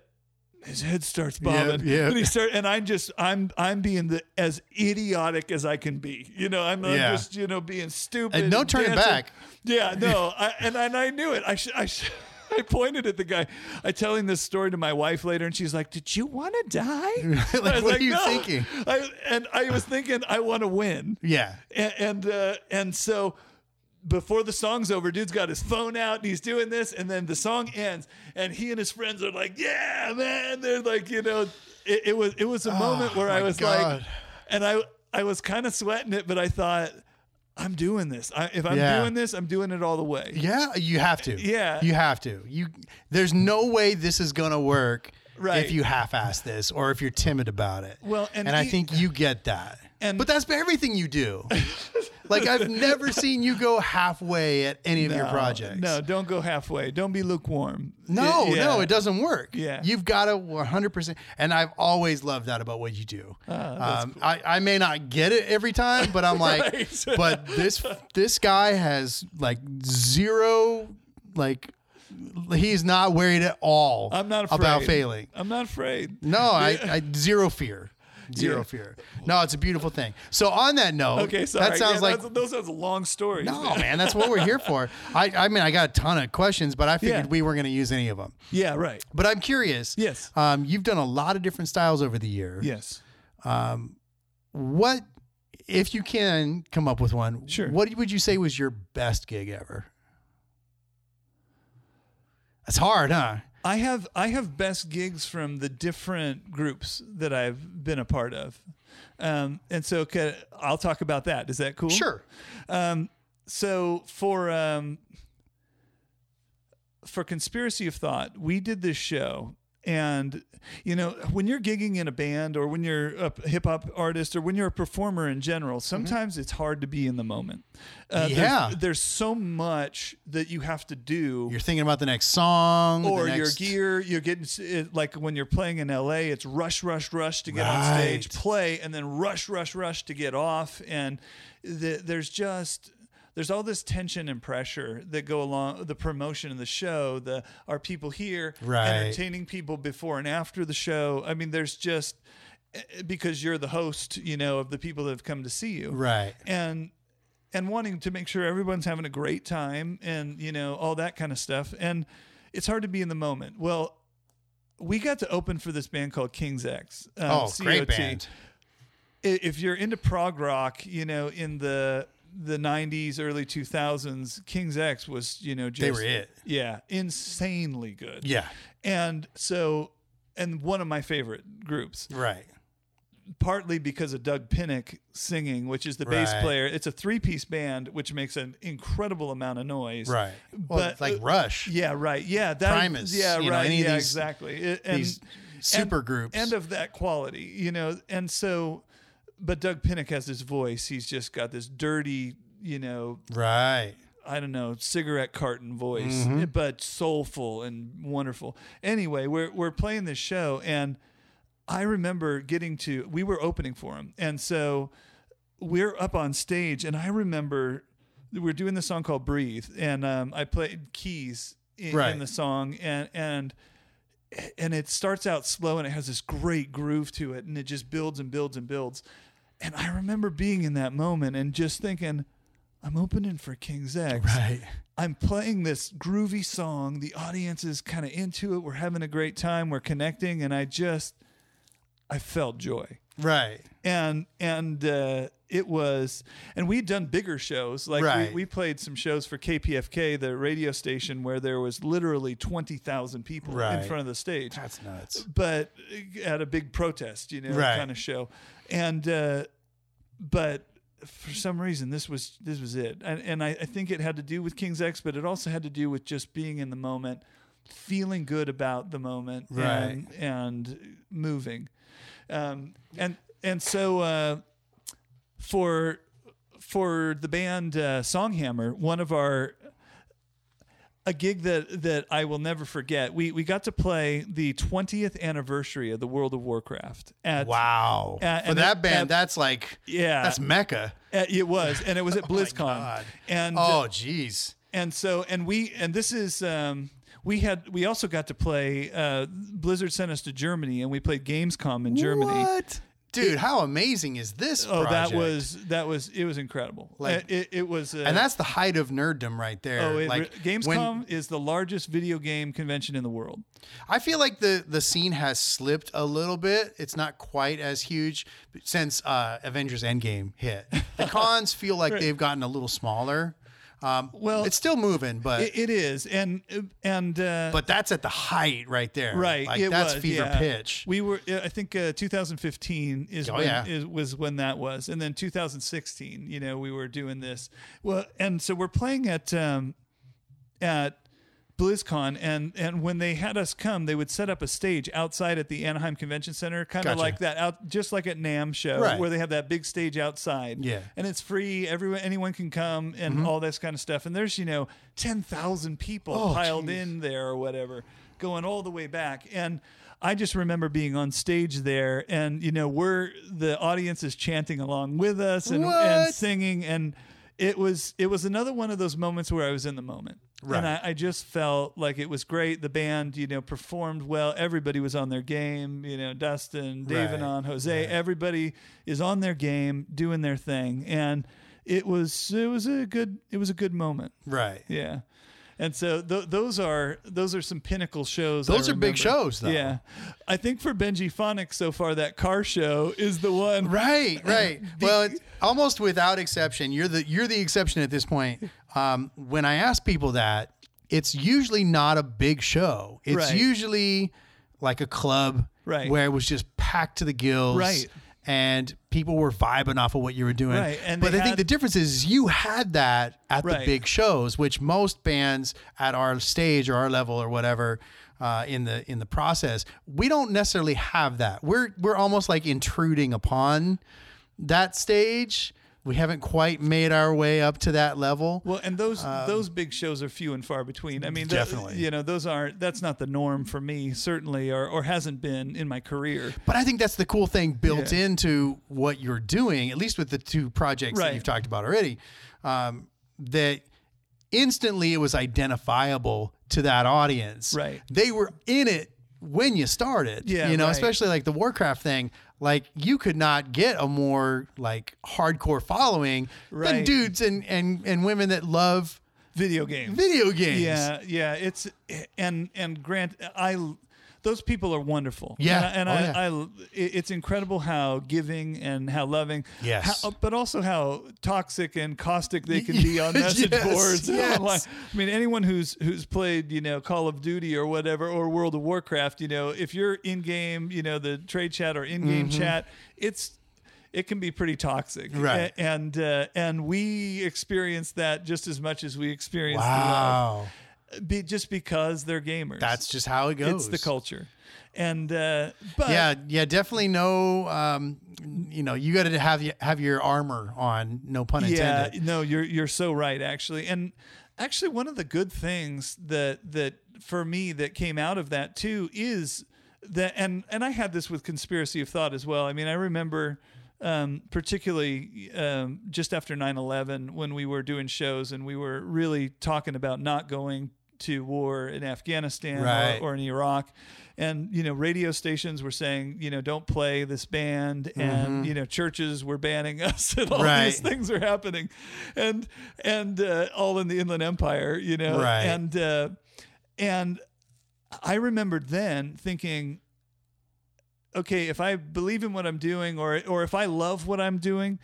his head starts bobbing yep. and he start and i'm just i'm i'm being the as idiotic as i can be you know i'm, I'm Yeah. just you know being stupid And no turning dancing. back. yeah no I, and, and i knew it i sh- i sh- I pointed at the guy. I telling this story to my wife later, and she's like, "Did you want to die?" I was what are you thinking? I, and I was thinking, I want to win. Yeah. And and, uh, and so before the song's over, dude's got his phone out and he's doing this, and then the song ends, and he and his friends are like, "Yeah, man!" They're like, you know, it, it was it was a moment where I Oh, my was God. like, and I I was kind of sweating it, but I thought. I'm doing this. I, if I'm Yeah. doing this, I'm doing it all the way. Yeah, you have to. Yeah. You have to. You there's no way this is going to work Right. if you half-ass this or if you're timid about it. Well, and I e- think you get that. and- but that's everything you do. like I've never seen you go halfway at any of your No, projects. Uh, No, don't go halfway. Don't be lukewarm. No, Y- yeah. no, it doesn't work. Yeah. You've got to 100%. And I've always loved that about what you do. Ah, um, I, I may not get it every time, but I'm like, Right. but this this guy has like zero, like, he's not worried at all I'm not afraid. about failing. I'm not afraid. No, I, I zero fear. Zero Yeah. fear. No, it's a beautiful thing. So on that note, Okay, sorry. that sounds Yeah, like that's, those sounds long stories. no, man. That's what we're here for. I, I mean, I got a ton of questions, but I figured Yeah. we weren't going to use any of them. Yeah, right. But I'm curious. Yes. Um, you've done a lot of different styles over the year. Yes. What, if you can come up with one, Sure. what would you say was your best gig ever? That's hard, huh? I have I have best gigs from the different groups that I've been a part of, um, and so ca I'll talk about that. Is that cool? Sure. Um, so for um, for conspiracy of thought, we did this show, and you know when you're gigging in a band or when you're a hip hop artist or when you're a performer in general, sometimes it's hard to be in the moment. Uh, there's- Mm-hmm. Yeah. there's, so much that you have to do You're thinking about the next song the or your next- gear. You're getting it- like when you're playing in LA, it's rush, rush, rush to get on Right. stage, play, and then rush, rush, rush to get off. And the, there's just there's all this tension and pressure that go along the promotion of the show. The are people here Right. entertaining people before and after the show? I mean, there's just eh, because you're the host, you know, of the people that have come to see you, Right. and and wanting to make sure everyone's having a great time and you know all that kind of stuff and it's hard to be in the moment well we got to open for this band called King's X. um, Oh, great COT. band. I- If you're into prog rock, you know, in the the 90s, early 2000s, King's X was, you know, just were it. Yeah, insanely good. Yeah. And so and one of my favorite groups Right. partly because of Doug Pinnick singing, which is the bass Right. player. It's a three piece band, which makes an incredible amount of noise. Right. Well, But- uh, it's like Rush, Yeah, right. Yeah, that, Primus, Yeah, you know, right. any of yeah, these- exactly. It- and- these super groups. and of that quality, you know. And so, but Doug Pinnick has this voice. He's just got this dirty, you know, right. I don't know, cigarette carton voice, eh, but soulful and wonderful. Anyway, we're we're playing this show and I remember getting to we were opening for him. And so we're up on stage and I remember we we're doing the song called Breathe and um, I played keys in, Right. in the song and and and it starts out slow and it has this great groove to it and it just builds and builds and builds. And I remember being in that moment and just thinking, I'm opening for King's X. Right. I'm playing this groovy song. The audience is kind of into it. We're having a great time. We're connecting, and I just, I felt joy. Right. And and uh, it was, and we'd done bigger shows. Like Right. we, we played some shows for KPFK, the radio station, where there was literally twenty thousand people Right. in front of the stage That's nuts. but uh, at a big protest, you know, Right. kind of show. And uh, but for some reason, this was this was it, and, and I, I think it had to do with King's X, but it also had to do with just being in the moment, feeling good about the moment, Right. and, and moving, um, and and so uh, for for the band uh, Songhammer, one of our a gig that that I will never forget. We we got to play the 20th anniversary of the World of Warcraft at Wow. Uh, For and that that- band, and- that's like Yeah. that's Mecca. at- it was and it was at BlizzCon. Oh God. And Oh, jeez. and so and we and this is um we had we also got to play uh Blizzard sent us to Germany and we played Gamescom in Germany. What? Dude, how amazing is this? Oh, that project? was that was it was incredible. Like- Like it, it was, uh, and that's the height of nerddom right there. oh, it, like Gamescom when- is the largest video game convention in the world. I feel like the the scene has slipped a little bit. It's not quite as huge since uh, Avengers Endgame hit. The cons feel like they've gotten a little smaller. Um, well, Well- it's still moving, but It, it is, and and uh, but that's at the height right there. right, like, it that's was, fever yeah. pitch. We were, I think, uh, 2015 is Oh, when yeah. is, was when that was, and then 2016. You know, we were doing this. Well, and so we're playing at um, at BlizzCon, and and when they had us come, they would set up a stage outside at the Anaheim Convention Center, kind of Gotcha. like that, out just like at Nam show, Right. where they have that big stage outside. Yeah. Mm-hmm. and it's free. Everyone, anyone can come, and all this kind of stuff. And there's you know ten thousand people Oh, piled in there or whatever, going all the way back. And I just remember being on stage there, and you know we're the audience is chanting along with us and, What? and singing and. It was it was another one of those moments where I was in the moment. Right. And I, I just felt like it was great. The band, you know, performed well. Everybody was on their game. You know, Dustin, Dave, and Right, on Jose. Everybody is on their game, doing their thing, and it was it was a good it was a good moment. right. Yeah. And so th- those are those are some pinnacle shows. I Those are big remember. shows, though. Yeah, I think for Benji Phonics so far, that car show is the one. Right, right. well, it's almost without exception, you're the you're the exception at this point. Um, when I ask people that, it's usually not a big show. It's Right. usually like a club Right. where it was just packed to the gills. Right. And people were vibing off of what you were doing. Right, and but they I think had- the difference is you had that at the Right. big shows, which most bands at our stage or our level or whatever uh, in the in the process, we don't necessarily have that. We're we're almost like intruding upon that stage. We haven't quite made our way up to that level. Well, and those those big shows are few and far between. I mean, th- Um, Definitely. you know, those aren't that's not the norm for me, certainly, or or hasn't been in my career. But I think that's the cool thing built Yeah. into what you're doing, at least with the two projects that Right. you've talked about already, um, that instantly it was identifiable to that audience. Right. They were in it when you started. Yeah, You know, right. especially like the Warcraft thing. Like you could not get a more like hardcore following than Right. dudes and, and, and women that love Video games. video games. Yeah, yeah. It's and and Grant, I those people are wonderful. Yeah. and, Oh, I, yeah. I, it- it's incredible how giving and how loving. Yes. how- but also how toxic and caustic they can be on message Yes, boards. and yes. online. I mean, anyone who's who's played you know Call of Duty or whatever or World of Warcraft, you know, if you're in game, you know, the trade chat or in game Mm-hmm. chat, it's it can be pretty toxic, Right. A- And uh, and we experience that just as much as we experience the uh, love Wow. be, just because they're gamers. That's just how it goes. it's the culture, and uh, but yeah, yeah, definitely no. Um, you know, you got to have y- have your armor on. No pun yeah, intended. no, you're you're so right actually, and actually one of the good things that that for me that came out of that too is that and and I had this with conspiracy of thought as well. I mean, I remember. Um, particularly um, just after 9-11 when we were doing shows and we were really talking about not going to war in afghanistan or- Right. or in Iraq. And, you know, radio stations were saying, you know, don't play this band. And, you know, churches were banning us and all Mm-hmm. Right. these things are happening. And, and uh, all in the Inland Empire, you know. Right. And, uh, and I remembered then thinking, okay, if I believe in what I'm doing or or if I love what I'm doing,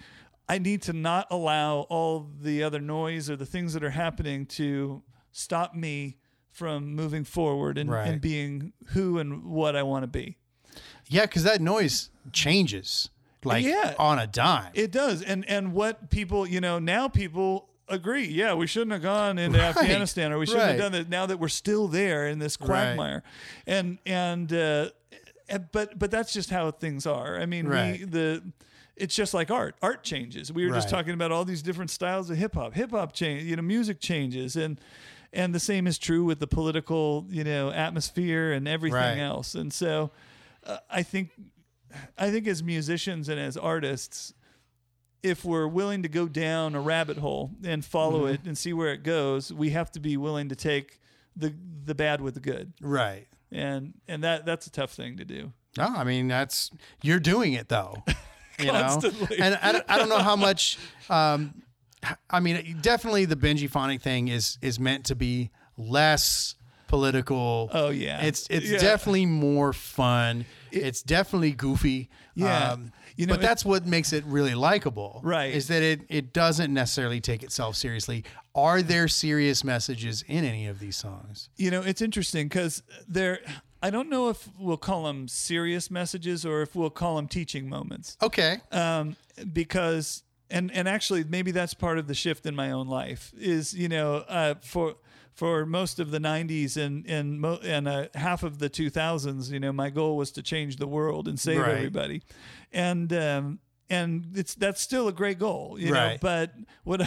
I need to not allow all the other noise or the things that are happening to stop me from moving forward and, Right. and being who and what I want to be. Yeah, because that noise changes like Yeah. on a dime. It does. And and what people, you know, now people agree, yeah, we shouldn't have gone into Right. Afghanistan or we shouldn't Right. have done that now that we're still there in this quagmire. And and uh and- but but that's just how things are. I mean, we Right. the it's just like art. Art changes. We were just Right. talking about all these different styles of hip hop. Hip hop change, you know, music changes and And the same is true with the political, you know, atmosphere and everything Right. else. And so uh, I think I think as musicians and as artists, if we're willing to go down a rabbit hole and follow it and see where it goes, we have to be willing to take the the bad with the good. Right. And and that that's a tough thing to do. No, I mean that's you're doing it though. You Constantly. know, and I, don't- I don't know how much. Um, I mean, definitely the Benji Phonic thing is is meant to be less political. Oh, yeah. it's it's Yeah. definitely more fun. it's definitely goofy. Yeah. You you know, know, but it- that's what makes it really likable, Right. Is that it? It doesn't necessarily take itself seriously. Are there serious messages in any of these songs? you know it's interesting because they're i don't know if we'll call them serious messages or if we'll call them teaching moments Okay, um, because and and actually maybe that's part of the shift in my own life is you know uh, for for most of the 90s and and mo- and uh, half of the 2000s you know my goal was to change the world and save Right. everybody and um and it's that's still a great goal you know Right. but what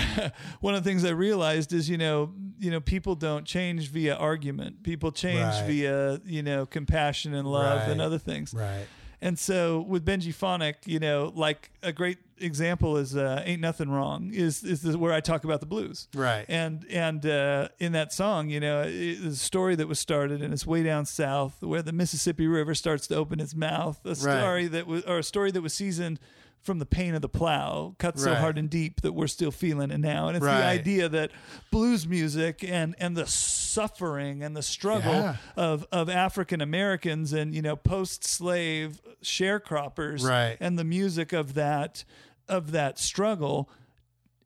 one of the things i realized is you know you know people don't change via argument people change Right. via you know compassion and love and Right. other things right. and so with Benji Phonic, you know, like a great example is uh, "Ain't Nothing Wrong" is is this where I talk about the blues, Right. And and uh, in that song, you know, it, the story that was started, and it's way down south where the Mississippi River starts to open its mouth. A story that was or a story that was seasoned from the pain of the plow, cut so Right. hard and deep that we're still feeling it now. And it's the Right. idea that blues music and and the suffering and the struggle Yeah. of of African Americans and you know post slave sharecroppers Right. and the music of that of that struggle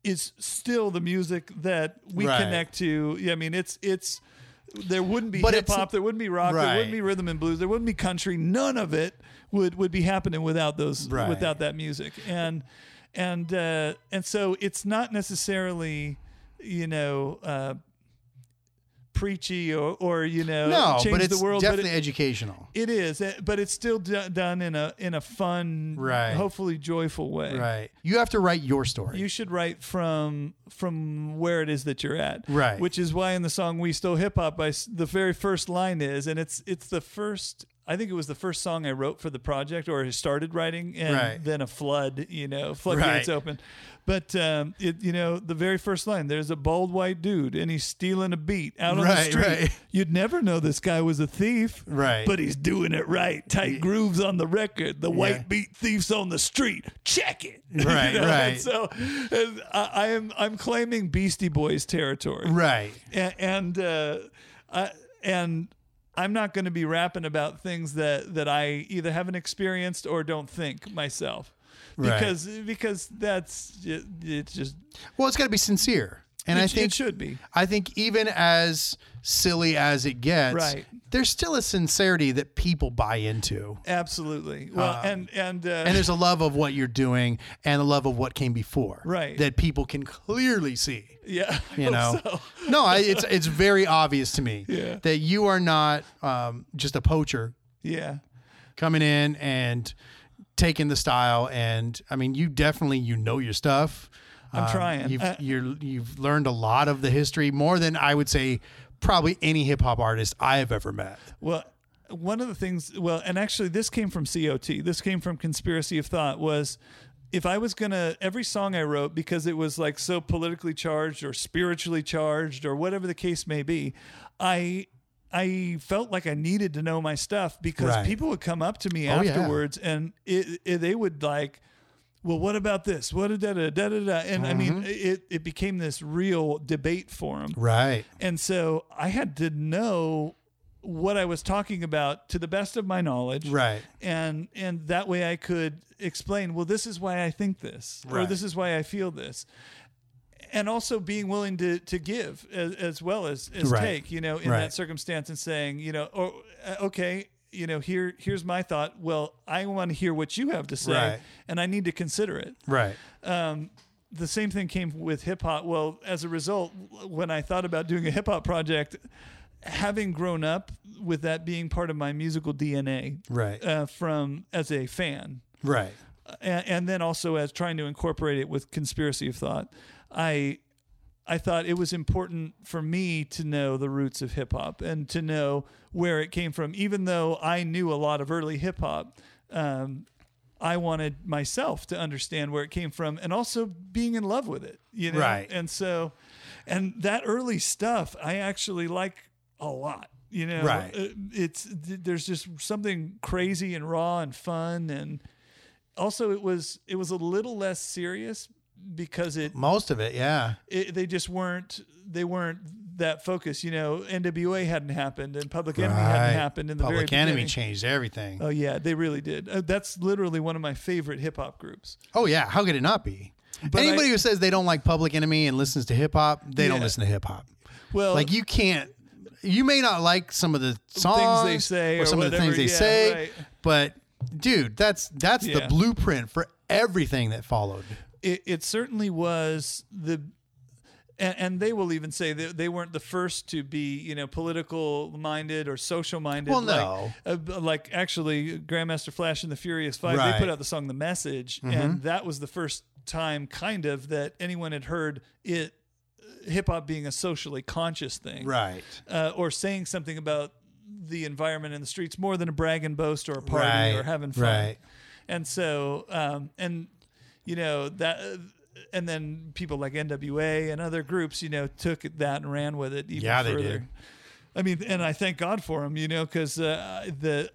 is still the music that we Right. connect to. Yeah, I mean it's it's there wouldn't be But hip it's- hop, there wouldn't be rock, there wouldn't Right. be rhythm and blues, there wouldn't be country. None of it would would be happening without those Right. without that music. And and uh, and so it's not necessarily you know uh, preachy or or you know No, change but it's the world, but definitely it- educational. it is, eh, but it's still do- done in a in a fun, Right. hopefully joyful way. Right. You have to write your story. You should write from from where it is that you're at. Right. Which is why in the song "We Still Hip Hop," I s- the very first line is, and it's it's the first. I think it was the first song I wrote for the project, or I started writing, and Right. then a flood, you know, floodgates Right. open. But um, it, you know, the very first line, there's a bald white dude, and he's stealing a beat out on the Right, street. right. You'd never know this guy was a thief, Right. But he's doing it right. Tight grooves on the record. The white Yeah. beat thieves on the street. Check it. Right, and right. So and I, I am I'm claiming Beastie Boys territory, right. A- and uh, I, and I'm not going to be rapping about things that that I either haven't experienced or don't think myself, Right. because because that's it, it's just Well, it's got to be sincere. And it, I it think should be I think even as silly as it gets, Right. there's still a sincerity that people buy into. absolutely well and and, uh, Um, And there's a love of what you're doing and a love of what came before. Right. That people can clearly see. yeah I You know, hope so. no, I, it's it's very obvious to me Yeah. that you are not um, just a poacher yeah coming in and taking the style. And I mean, you definitely you know your stuff. Um, I'm trying. Uh, You've, I- you're, you've learned a lot of the history, more than I would say probably any hip hop artist I have ever met. Well, one of the things, well, and actually, this came from COT. This came from Conspiracy of Thought. Was if I was gonna every song I wrote because it was like so politically charged or spiritually charged or whatever the case may be, I I felt like I needed to know my stuff because Right. people would come up to me Oh, yeah. afterwards and it, it, they would like. Well, what about this? What a da da da da da, and I Mm-hmm. mean, it, it became this real debate forum. Right. And so I had to know what I was talking about to the best of my knowledge. Right. And and that way I could explain, well, this is why I think this, or Right. this is why I feel this. And also being willing to to give as, as well as, as Right. take, you know, in Right. that circumstance and saying, you know, or uh, okay, you know, here here's my thought. Well, I want to hear what you have to say Right. and I need to consider it Right. the same thing came with hip hop. Well, as a result, when I thought about doing a hip hop project, having grown up with that being part of my musical DNA, Right. uh, from as a fan, right. and, and then also as trying to incorporate it with conspiracy of thought, I. I thought it was important for me to know the roots of hip hop and to know where it came from. Even though I knew a lot of early hip hop, um, I wanted myself to understand where it came from and also being in love with it. You know, Right. And so, and that early stuff I actually like a lot. You know, Right. Uh, It's th- there's just something crazy and raw and fun and also it was it was a little less serious because it Most of it, yeah. it, they just weren't they weren't that focused. You know, NWA hadn't happened and Public Enemy hadn't happened in the Public very Enemy beginning. changed everything. Oh yeah, they really did. Uh, that's literally one of my favorite hip hop groups. oh yeah, how could it not be? But Anybody I- who says they don't like Public Enemy and listens to hip hop, they don't Yeah. listen to hip hop. Well, Like you can't. You may not like some of the songs they say or or some of the whatever, things they yeah, say, right. but dude, that's that's the Yeah. blueprint for everything that followed. it, it certainly was the and, and they will even say that they weren't the first to be you know political minded or social minded Well, like, no. uh, b- like actually grandmaster flash and the furious five Right. Mm-hmm. they put out the song the message and that was the first time kind of that anyone had heard it hip hop being a socially conscious thing Right. uh, or saying something about the environment in the streets more than a brag and boast or a party Right, or having fun. right. And so, um, and you know that, and then people like NWA and other groups, you know, took that and ran with it even Yeah, they further. did. I mean, and I thank God for them, you know, because uh, the.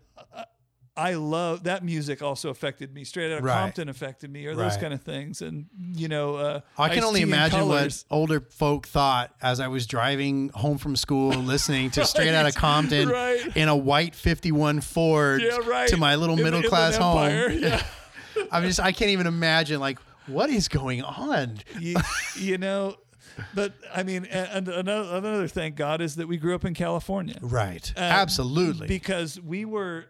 I love that music. Also affected me. Straight out of Right. Compton affected me, or those Right. kind of things. And you know, uh, I can Ice-T only and imagine Colors. what older folk thought as I was driving home from school, listening to Straight Outta Compton right. in a white '51 Ford Yeah, right. to my little In the- middle in the class Empire. home. Yeah. I just I can't even imagine like what is going on. you, you know, but I mean, a- and another, another thank God is that we grew up in California. Right. Uh, Absolutely. Because we were,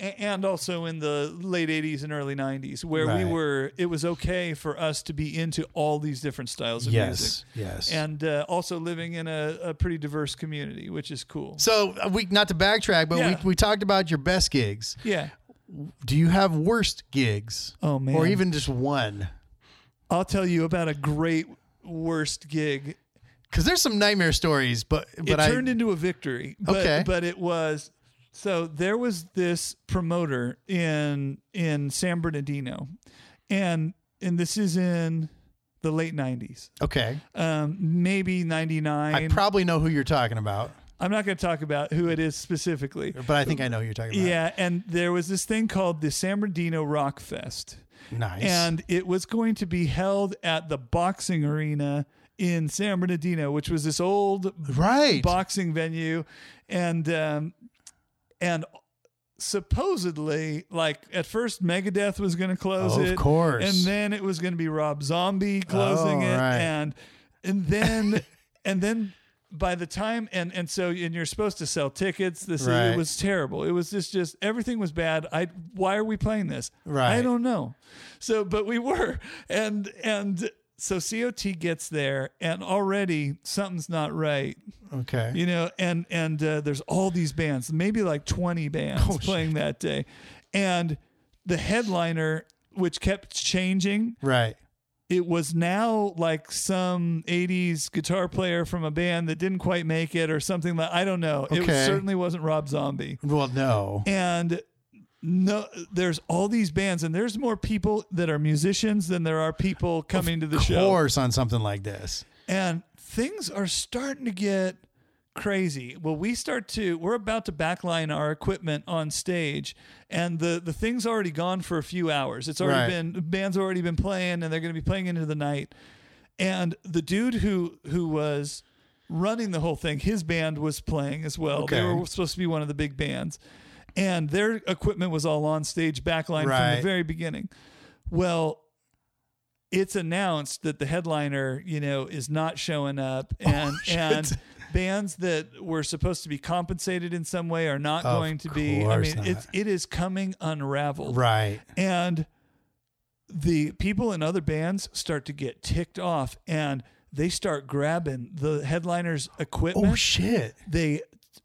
a- and also in the late 80s and early 90s, where we Right. were, it was okay for us to be into all these different styles of yes. music. Yes. And uh, also living in a, a pretty diverse community, which is cool. so uh, we not to backtrack, but Yeah. we, we talked about your best gigs. yeah. Do you have worst gigs? Oh, man. Or even just one? I'll tell you about a great worst gig Because there's some nightmare stories, but but it I turned into a victory. But, Okay. but it was so there was this promoter in in San Bernardino, and and this is in the late '90s, okay. um, maybe I '99. probably know who you're talking about, I'm not going to talk about who it is specifically. but I think I know who you're talking about. Yeah, and there was this thing called the San Bernardino Rock Fest, Nice. and it was going to be held at the boxing arena in San Bernardino, which was this old right. boxing venue and um and supposedly like at first megadeth was going to close Oh, Of it course. and then it was going to be rob zombie closing Oh, it right. and and then and then by the time and and so and you're supposed to sell tickets this Right. it was terrible it was just just everything was bad i why are we playing this i Right. don't know so but we were and and so cot gets there and already something's not right okay. you know and and uh, there's all these bands maybe like 20 bands playing that day and the headliner which kept changing Right. it was now like some 80s guitar player from a band that didn't quite make it or something like i don't know it Okay. was, certainly wasn't rob zombie Well, no. and no there's all these bands and there's more people that are musicians than there are people coming to the Of show course, on something like this. and things are starting to get crazy. Well, we start to we're about to backline our equipment on stage, and the the thing's already gone for a few hours. It's already Right. been the band's already been playing, and they're going to be playing into the night. And the dude who who was running the whole thing, his band was playing as well. They Okay. were supposed to be one of the big bands, and their equipment was all on stage backline from Right. the very beginning. Well, it's announced that the headliner, you know, is not showing up Oh, and and bands that were supposed to be compensated in some way are not Of going to be. I course mean, not. it's it is coming unraveled. Right. And the people in other bands start to get ticked off and they start grabbing the headliner's equipment Oh shit. they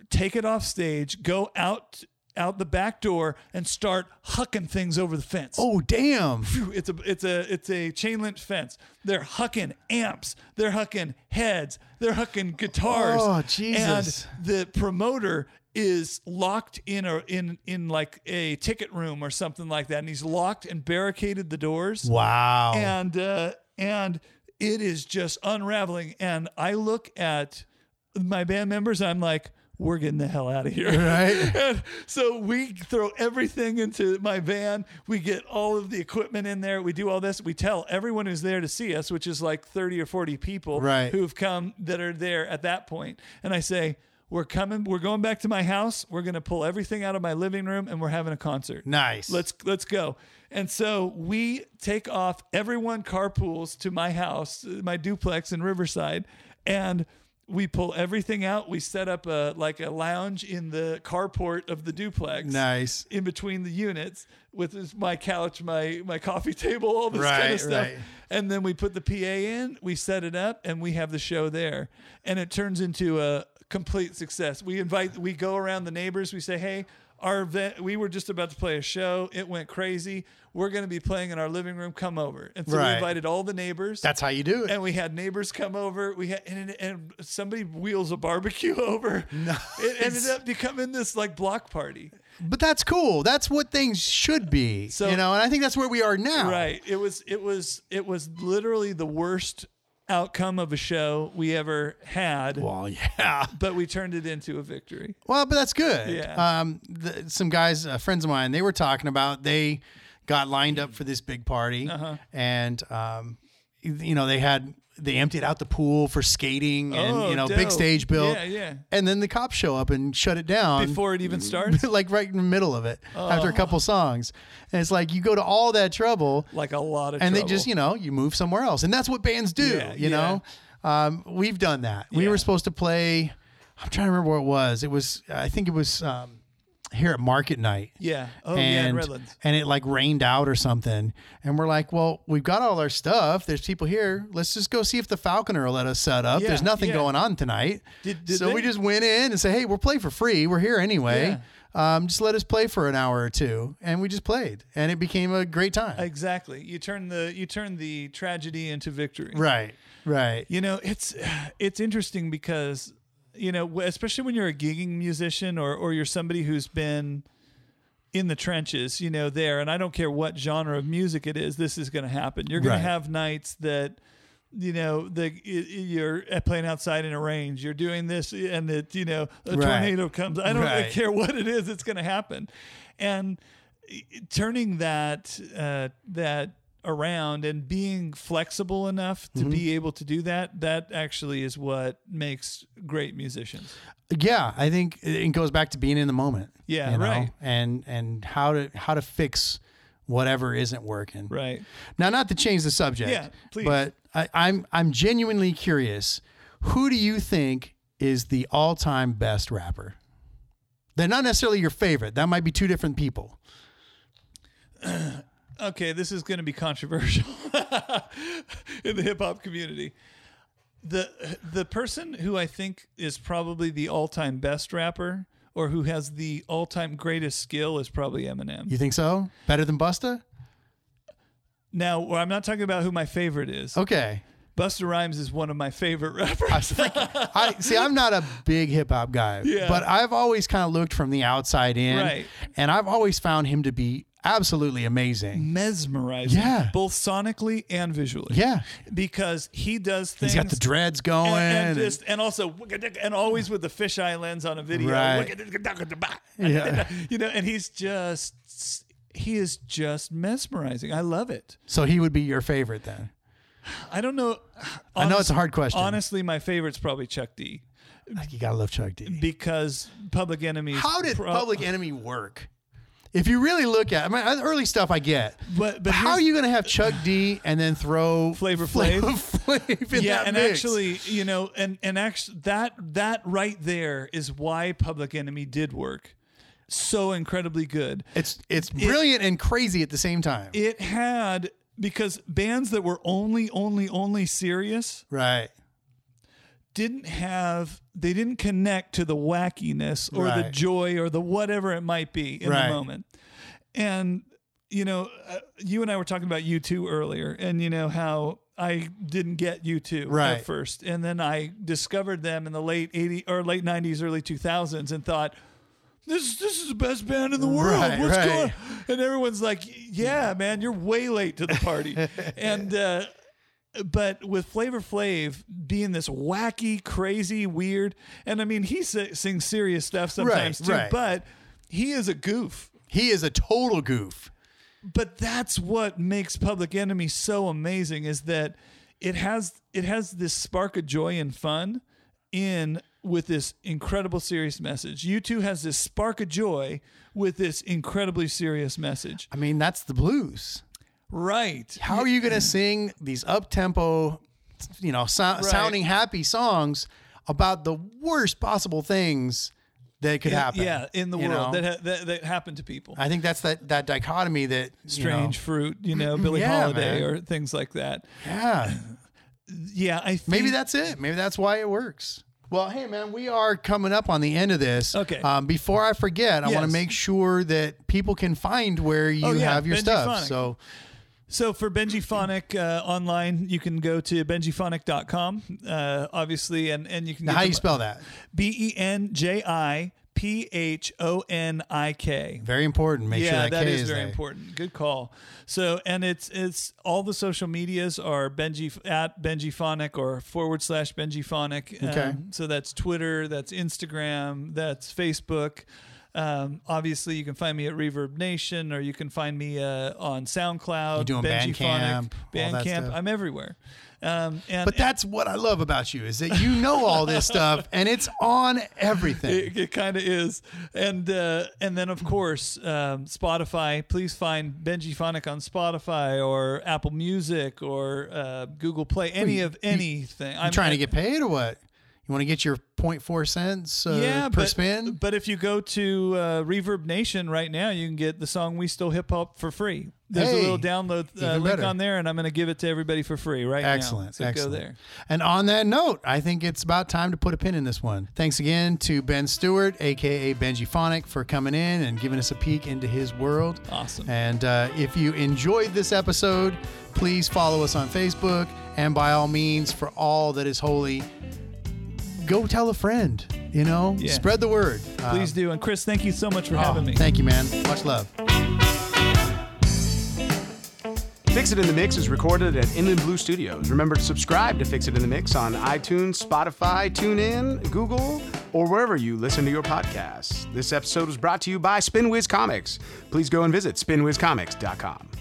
take it off stage, go out out the back door and start hucking things over the fence. Oh, damn. Phew, it's a it's a it's a chain link fence. They're hucking amps. They're hucking heads. They're hucking guitars. Oh, Jesus. And the promoter is locked in a in in like a ticket room or something like that, and he's locked and barricaded the doors Wow. and uh, and it is just unraveling. And I look at my band members. I'm like, we're getting the hell out of here. Right. And so we throw everything into my van. We get all of the equipment in there. We do all this. We tell everyone who's there to see us, which is like 30 or 40 people Right. who've come that are there at that point. And I say, we're coming. We're going back to my house. We're going to pull everything out of my living room and we're having a concert. nice. Let's let's go. And so we take off. Everyone carpools to my house, my duplex in Riverside, and we pull everything out. We set up a like a lounge in the carport of the duplex. Nice. In between the units, with this, my couch, my my coffee table, all this kind Right, of stuff. right. And then we put the PA in, we set it up, and we have the show there. And it turns into a complete success. We invite, we go around the neighbors, we say, hey, our event, we were just about to play a show. It went crazy. We're going to be playing in our living room. Come over. And so we Right. invited all the neighbors. That's how you do it. and we had neighbors come over. We had and, and somebody wheels a barbecue over. It ended up becoming this like block party. but that's cool. That's what things should be. So- you know, and I think that's where we are now. Right. It was it was it was literally the worst outcome of a show we ever had, Well, yeah. but we turned it into a victory. Well, but that's good. Yeah. Um, the, some guys, uh, friends of mine, they were talking about they got lined up for this big party, Uh-huh. and um, you you know they had they emptied out the pool for skating and Oh, you know dope. big stage built. Yeah, yeah. And then the cops show up and shut it down Before Oh. it mm-hmm. even starts, like right in the middle of it after a couple songs, and it's like you go to all that trouble like a lot of and trouble. they just you know you move somewhere else and that's what bands do Yeah, you know um, we've done that we Yeah. were supposed to play i'm trying to remember what it was it was i think it was um, here at market night yeah. Oh yeah, in and, Redlands. and it like rained out or something and we're like well we've got all our stuff there's people here let's just go see if the falconer will let us set up Yeah, there's nothing yeah. going on tonight Did- did so we they? just went in and said hey we'll play for free we're here anyway um, just let us play for an hour or two and we just played and it became a great time Exactly. You turn the you turn the tragedy into victory. right right You know, it's it's interesting because you know, especially when you're a gigging musician or or you're somebody who's been in the trenches, you know, there and I don't care what genre of music it is, this is going to happen. You're going Right. to have nights that you know, the y- y- you're uh, playing outside in a range. You're doing this, and it you know a Right. tornado comes. I don't Right. care what it is; it's going to happen. And e, turning that uh, that around and being flexible enough to be able to do that that actually is what makes great musicians yeah i think it goes back to being in the moment Yeah, you know, right. and and how to how to fix whatever isn't working right now not to change the subject Yeah, please. but I, i'm i'm genuinely curious who do you think is the all-time best rapper they're not necessarily your favorite that might be two different people okay this is going to be controversial in the hip-hop community the the person who i think is probably the all-time best rapper or who has the all-time greatest skill is probably eminem you think so better than busta now i'm not talking about who my favorite is okay buster rhymes is one of my favorite rappers Oh. I freaking- I see. I'm not a big hip hop guy, Yeah. but I've always kind of looked from the outside in, Right. and I've always found him to be absolutely amazing. mesmerizing, Yeah. both sonically and visually. Yeah, because he does things. he's got the dreads going. and, and and- just and also and always with the fisheye lens on a video. Right. Yeah. you know, and he's just he is just mesmerizing. I love it. so he would be your favorite then. I don't know. I know it's a hard question. Honestly, my favorite's probably Chuck D You gotta love Chuck D. because Public Enemies. How did pro- Public Enemy work? If you really look at, I mean, uh, early stuff I get, But- but how are here's- you gonna have Chuck D and then throw Flavor Flav- Flav in yeah, that and mix? actually, you know, and and actually, that that right there is why Public Enemy did work so incredibly good. it's it's brilliant and crazy at the same time, It had because bands that were only, only, only serious right? didn't have they didn't connect to the wackiness or the Right. joy or the whatever it might be in Right. the moment. And you know, uh, you and I were talking about you two earlier, and you know how I didn't get you two Right. at first, and then I discovered them in the late eighty or late nineties, early two thousands, and thought. This, this is the best band in the world. Right, What's right. going on? And everyone's like, yeah, man, you're way late to the party. and uh, but with Flavor Flav being this wacky, crazy, weird, and I mean, he si- sings serious stuff sometimes Right, too, right. but he is a goof. He is a total goof. But that's what makes Public Enemy so amazing is that it has it has this spark of joy and fun in with this incredible serious message. You two has this spark of joy with this incredibly serious message. I mean, that's the blues. Right. How are you going to sing these up tempo, you know, sou- sounding happy songs about the worst possible things that could happen? Yeah, in the you world know? that, ha- that that happened to people. I think that's that that dichotomy that you know, strange fruit, you know, Billie Yeah, Holiday man. or things like that. yeah, Yeah, I think maybe that's it. Maybe that's why it works. Well, hey man, we are coming up on the end of this. Okay. Um, before I forget, I want Yes. to make sure that people can find where you Oh, yeah, have your Benji stuff. Phonic. So so. For Benji Phonic uh, online, you can go to benjiphonic.com, uh, obviously, and and you can now, get how the- do you spell that? B E N J I P H O N I K. Very important. Make sure yeah, that, that K is very there. important. Good call. So, and it's it's all the social medias are Benji at Benji Phonic or forward slash Benji Phonic. Um, Okay. so that's Twitter, that's Instagram, that's Facebook. Um, obviously, you can find me at Reverb Nation, or you can find me uh, on SoundCloud. You doing Benji Bandcamp, all that Bandcamp. stuff? I'm everywhere. Um, and But that's what I love about you is that you know all this stuff and it's on everything. It, it kind of is, and uh, and then of Mm-hmm. course um, Spotify. Please find Benji Phonic on Spotify or Apple Music or uh, Google Play. Any of anything. I'm uh, You trying to get paid or what? You want to get your 0.4 cents uh, yeah, per but, spin? But if you go to uh, Reverb Nation right now, you can get the song "We Still Hip Hop" for free. There's Hey, a little download uh, even link better. on there, and I'm going to give it to everybody for free right now. Excellent. So excellent. go there. And on that note, I think it's about time to put a pin in this one. Thanks again to Ben Stewart, aka Benji Phonic, for coming in and giving us a peek into his world. Awesome. And uh, if you enjoyed this episode, please follow us on Facebook. And by all means, for all that is holy, go tell a friend. You know, Yeah. spread the word. Uh, Please do. And Chris, thank you so much for having me. Um, oh, Thank you, man. Much love. Fix It in the Mix is recorded at Inland Blue Studios. Remember to subscribe to Fix It in the Mix on iTunes, Spotify, TuneIn, Google, or wherever you listen to your podcasts. This episode was brought to you by SpinWiz Comics. Please go and visit spinwizcomics.com.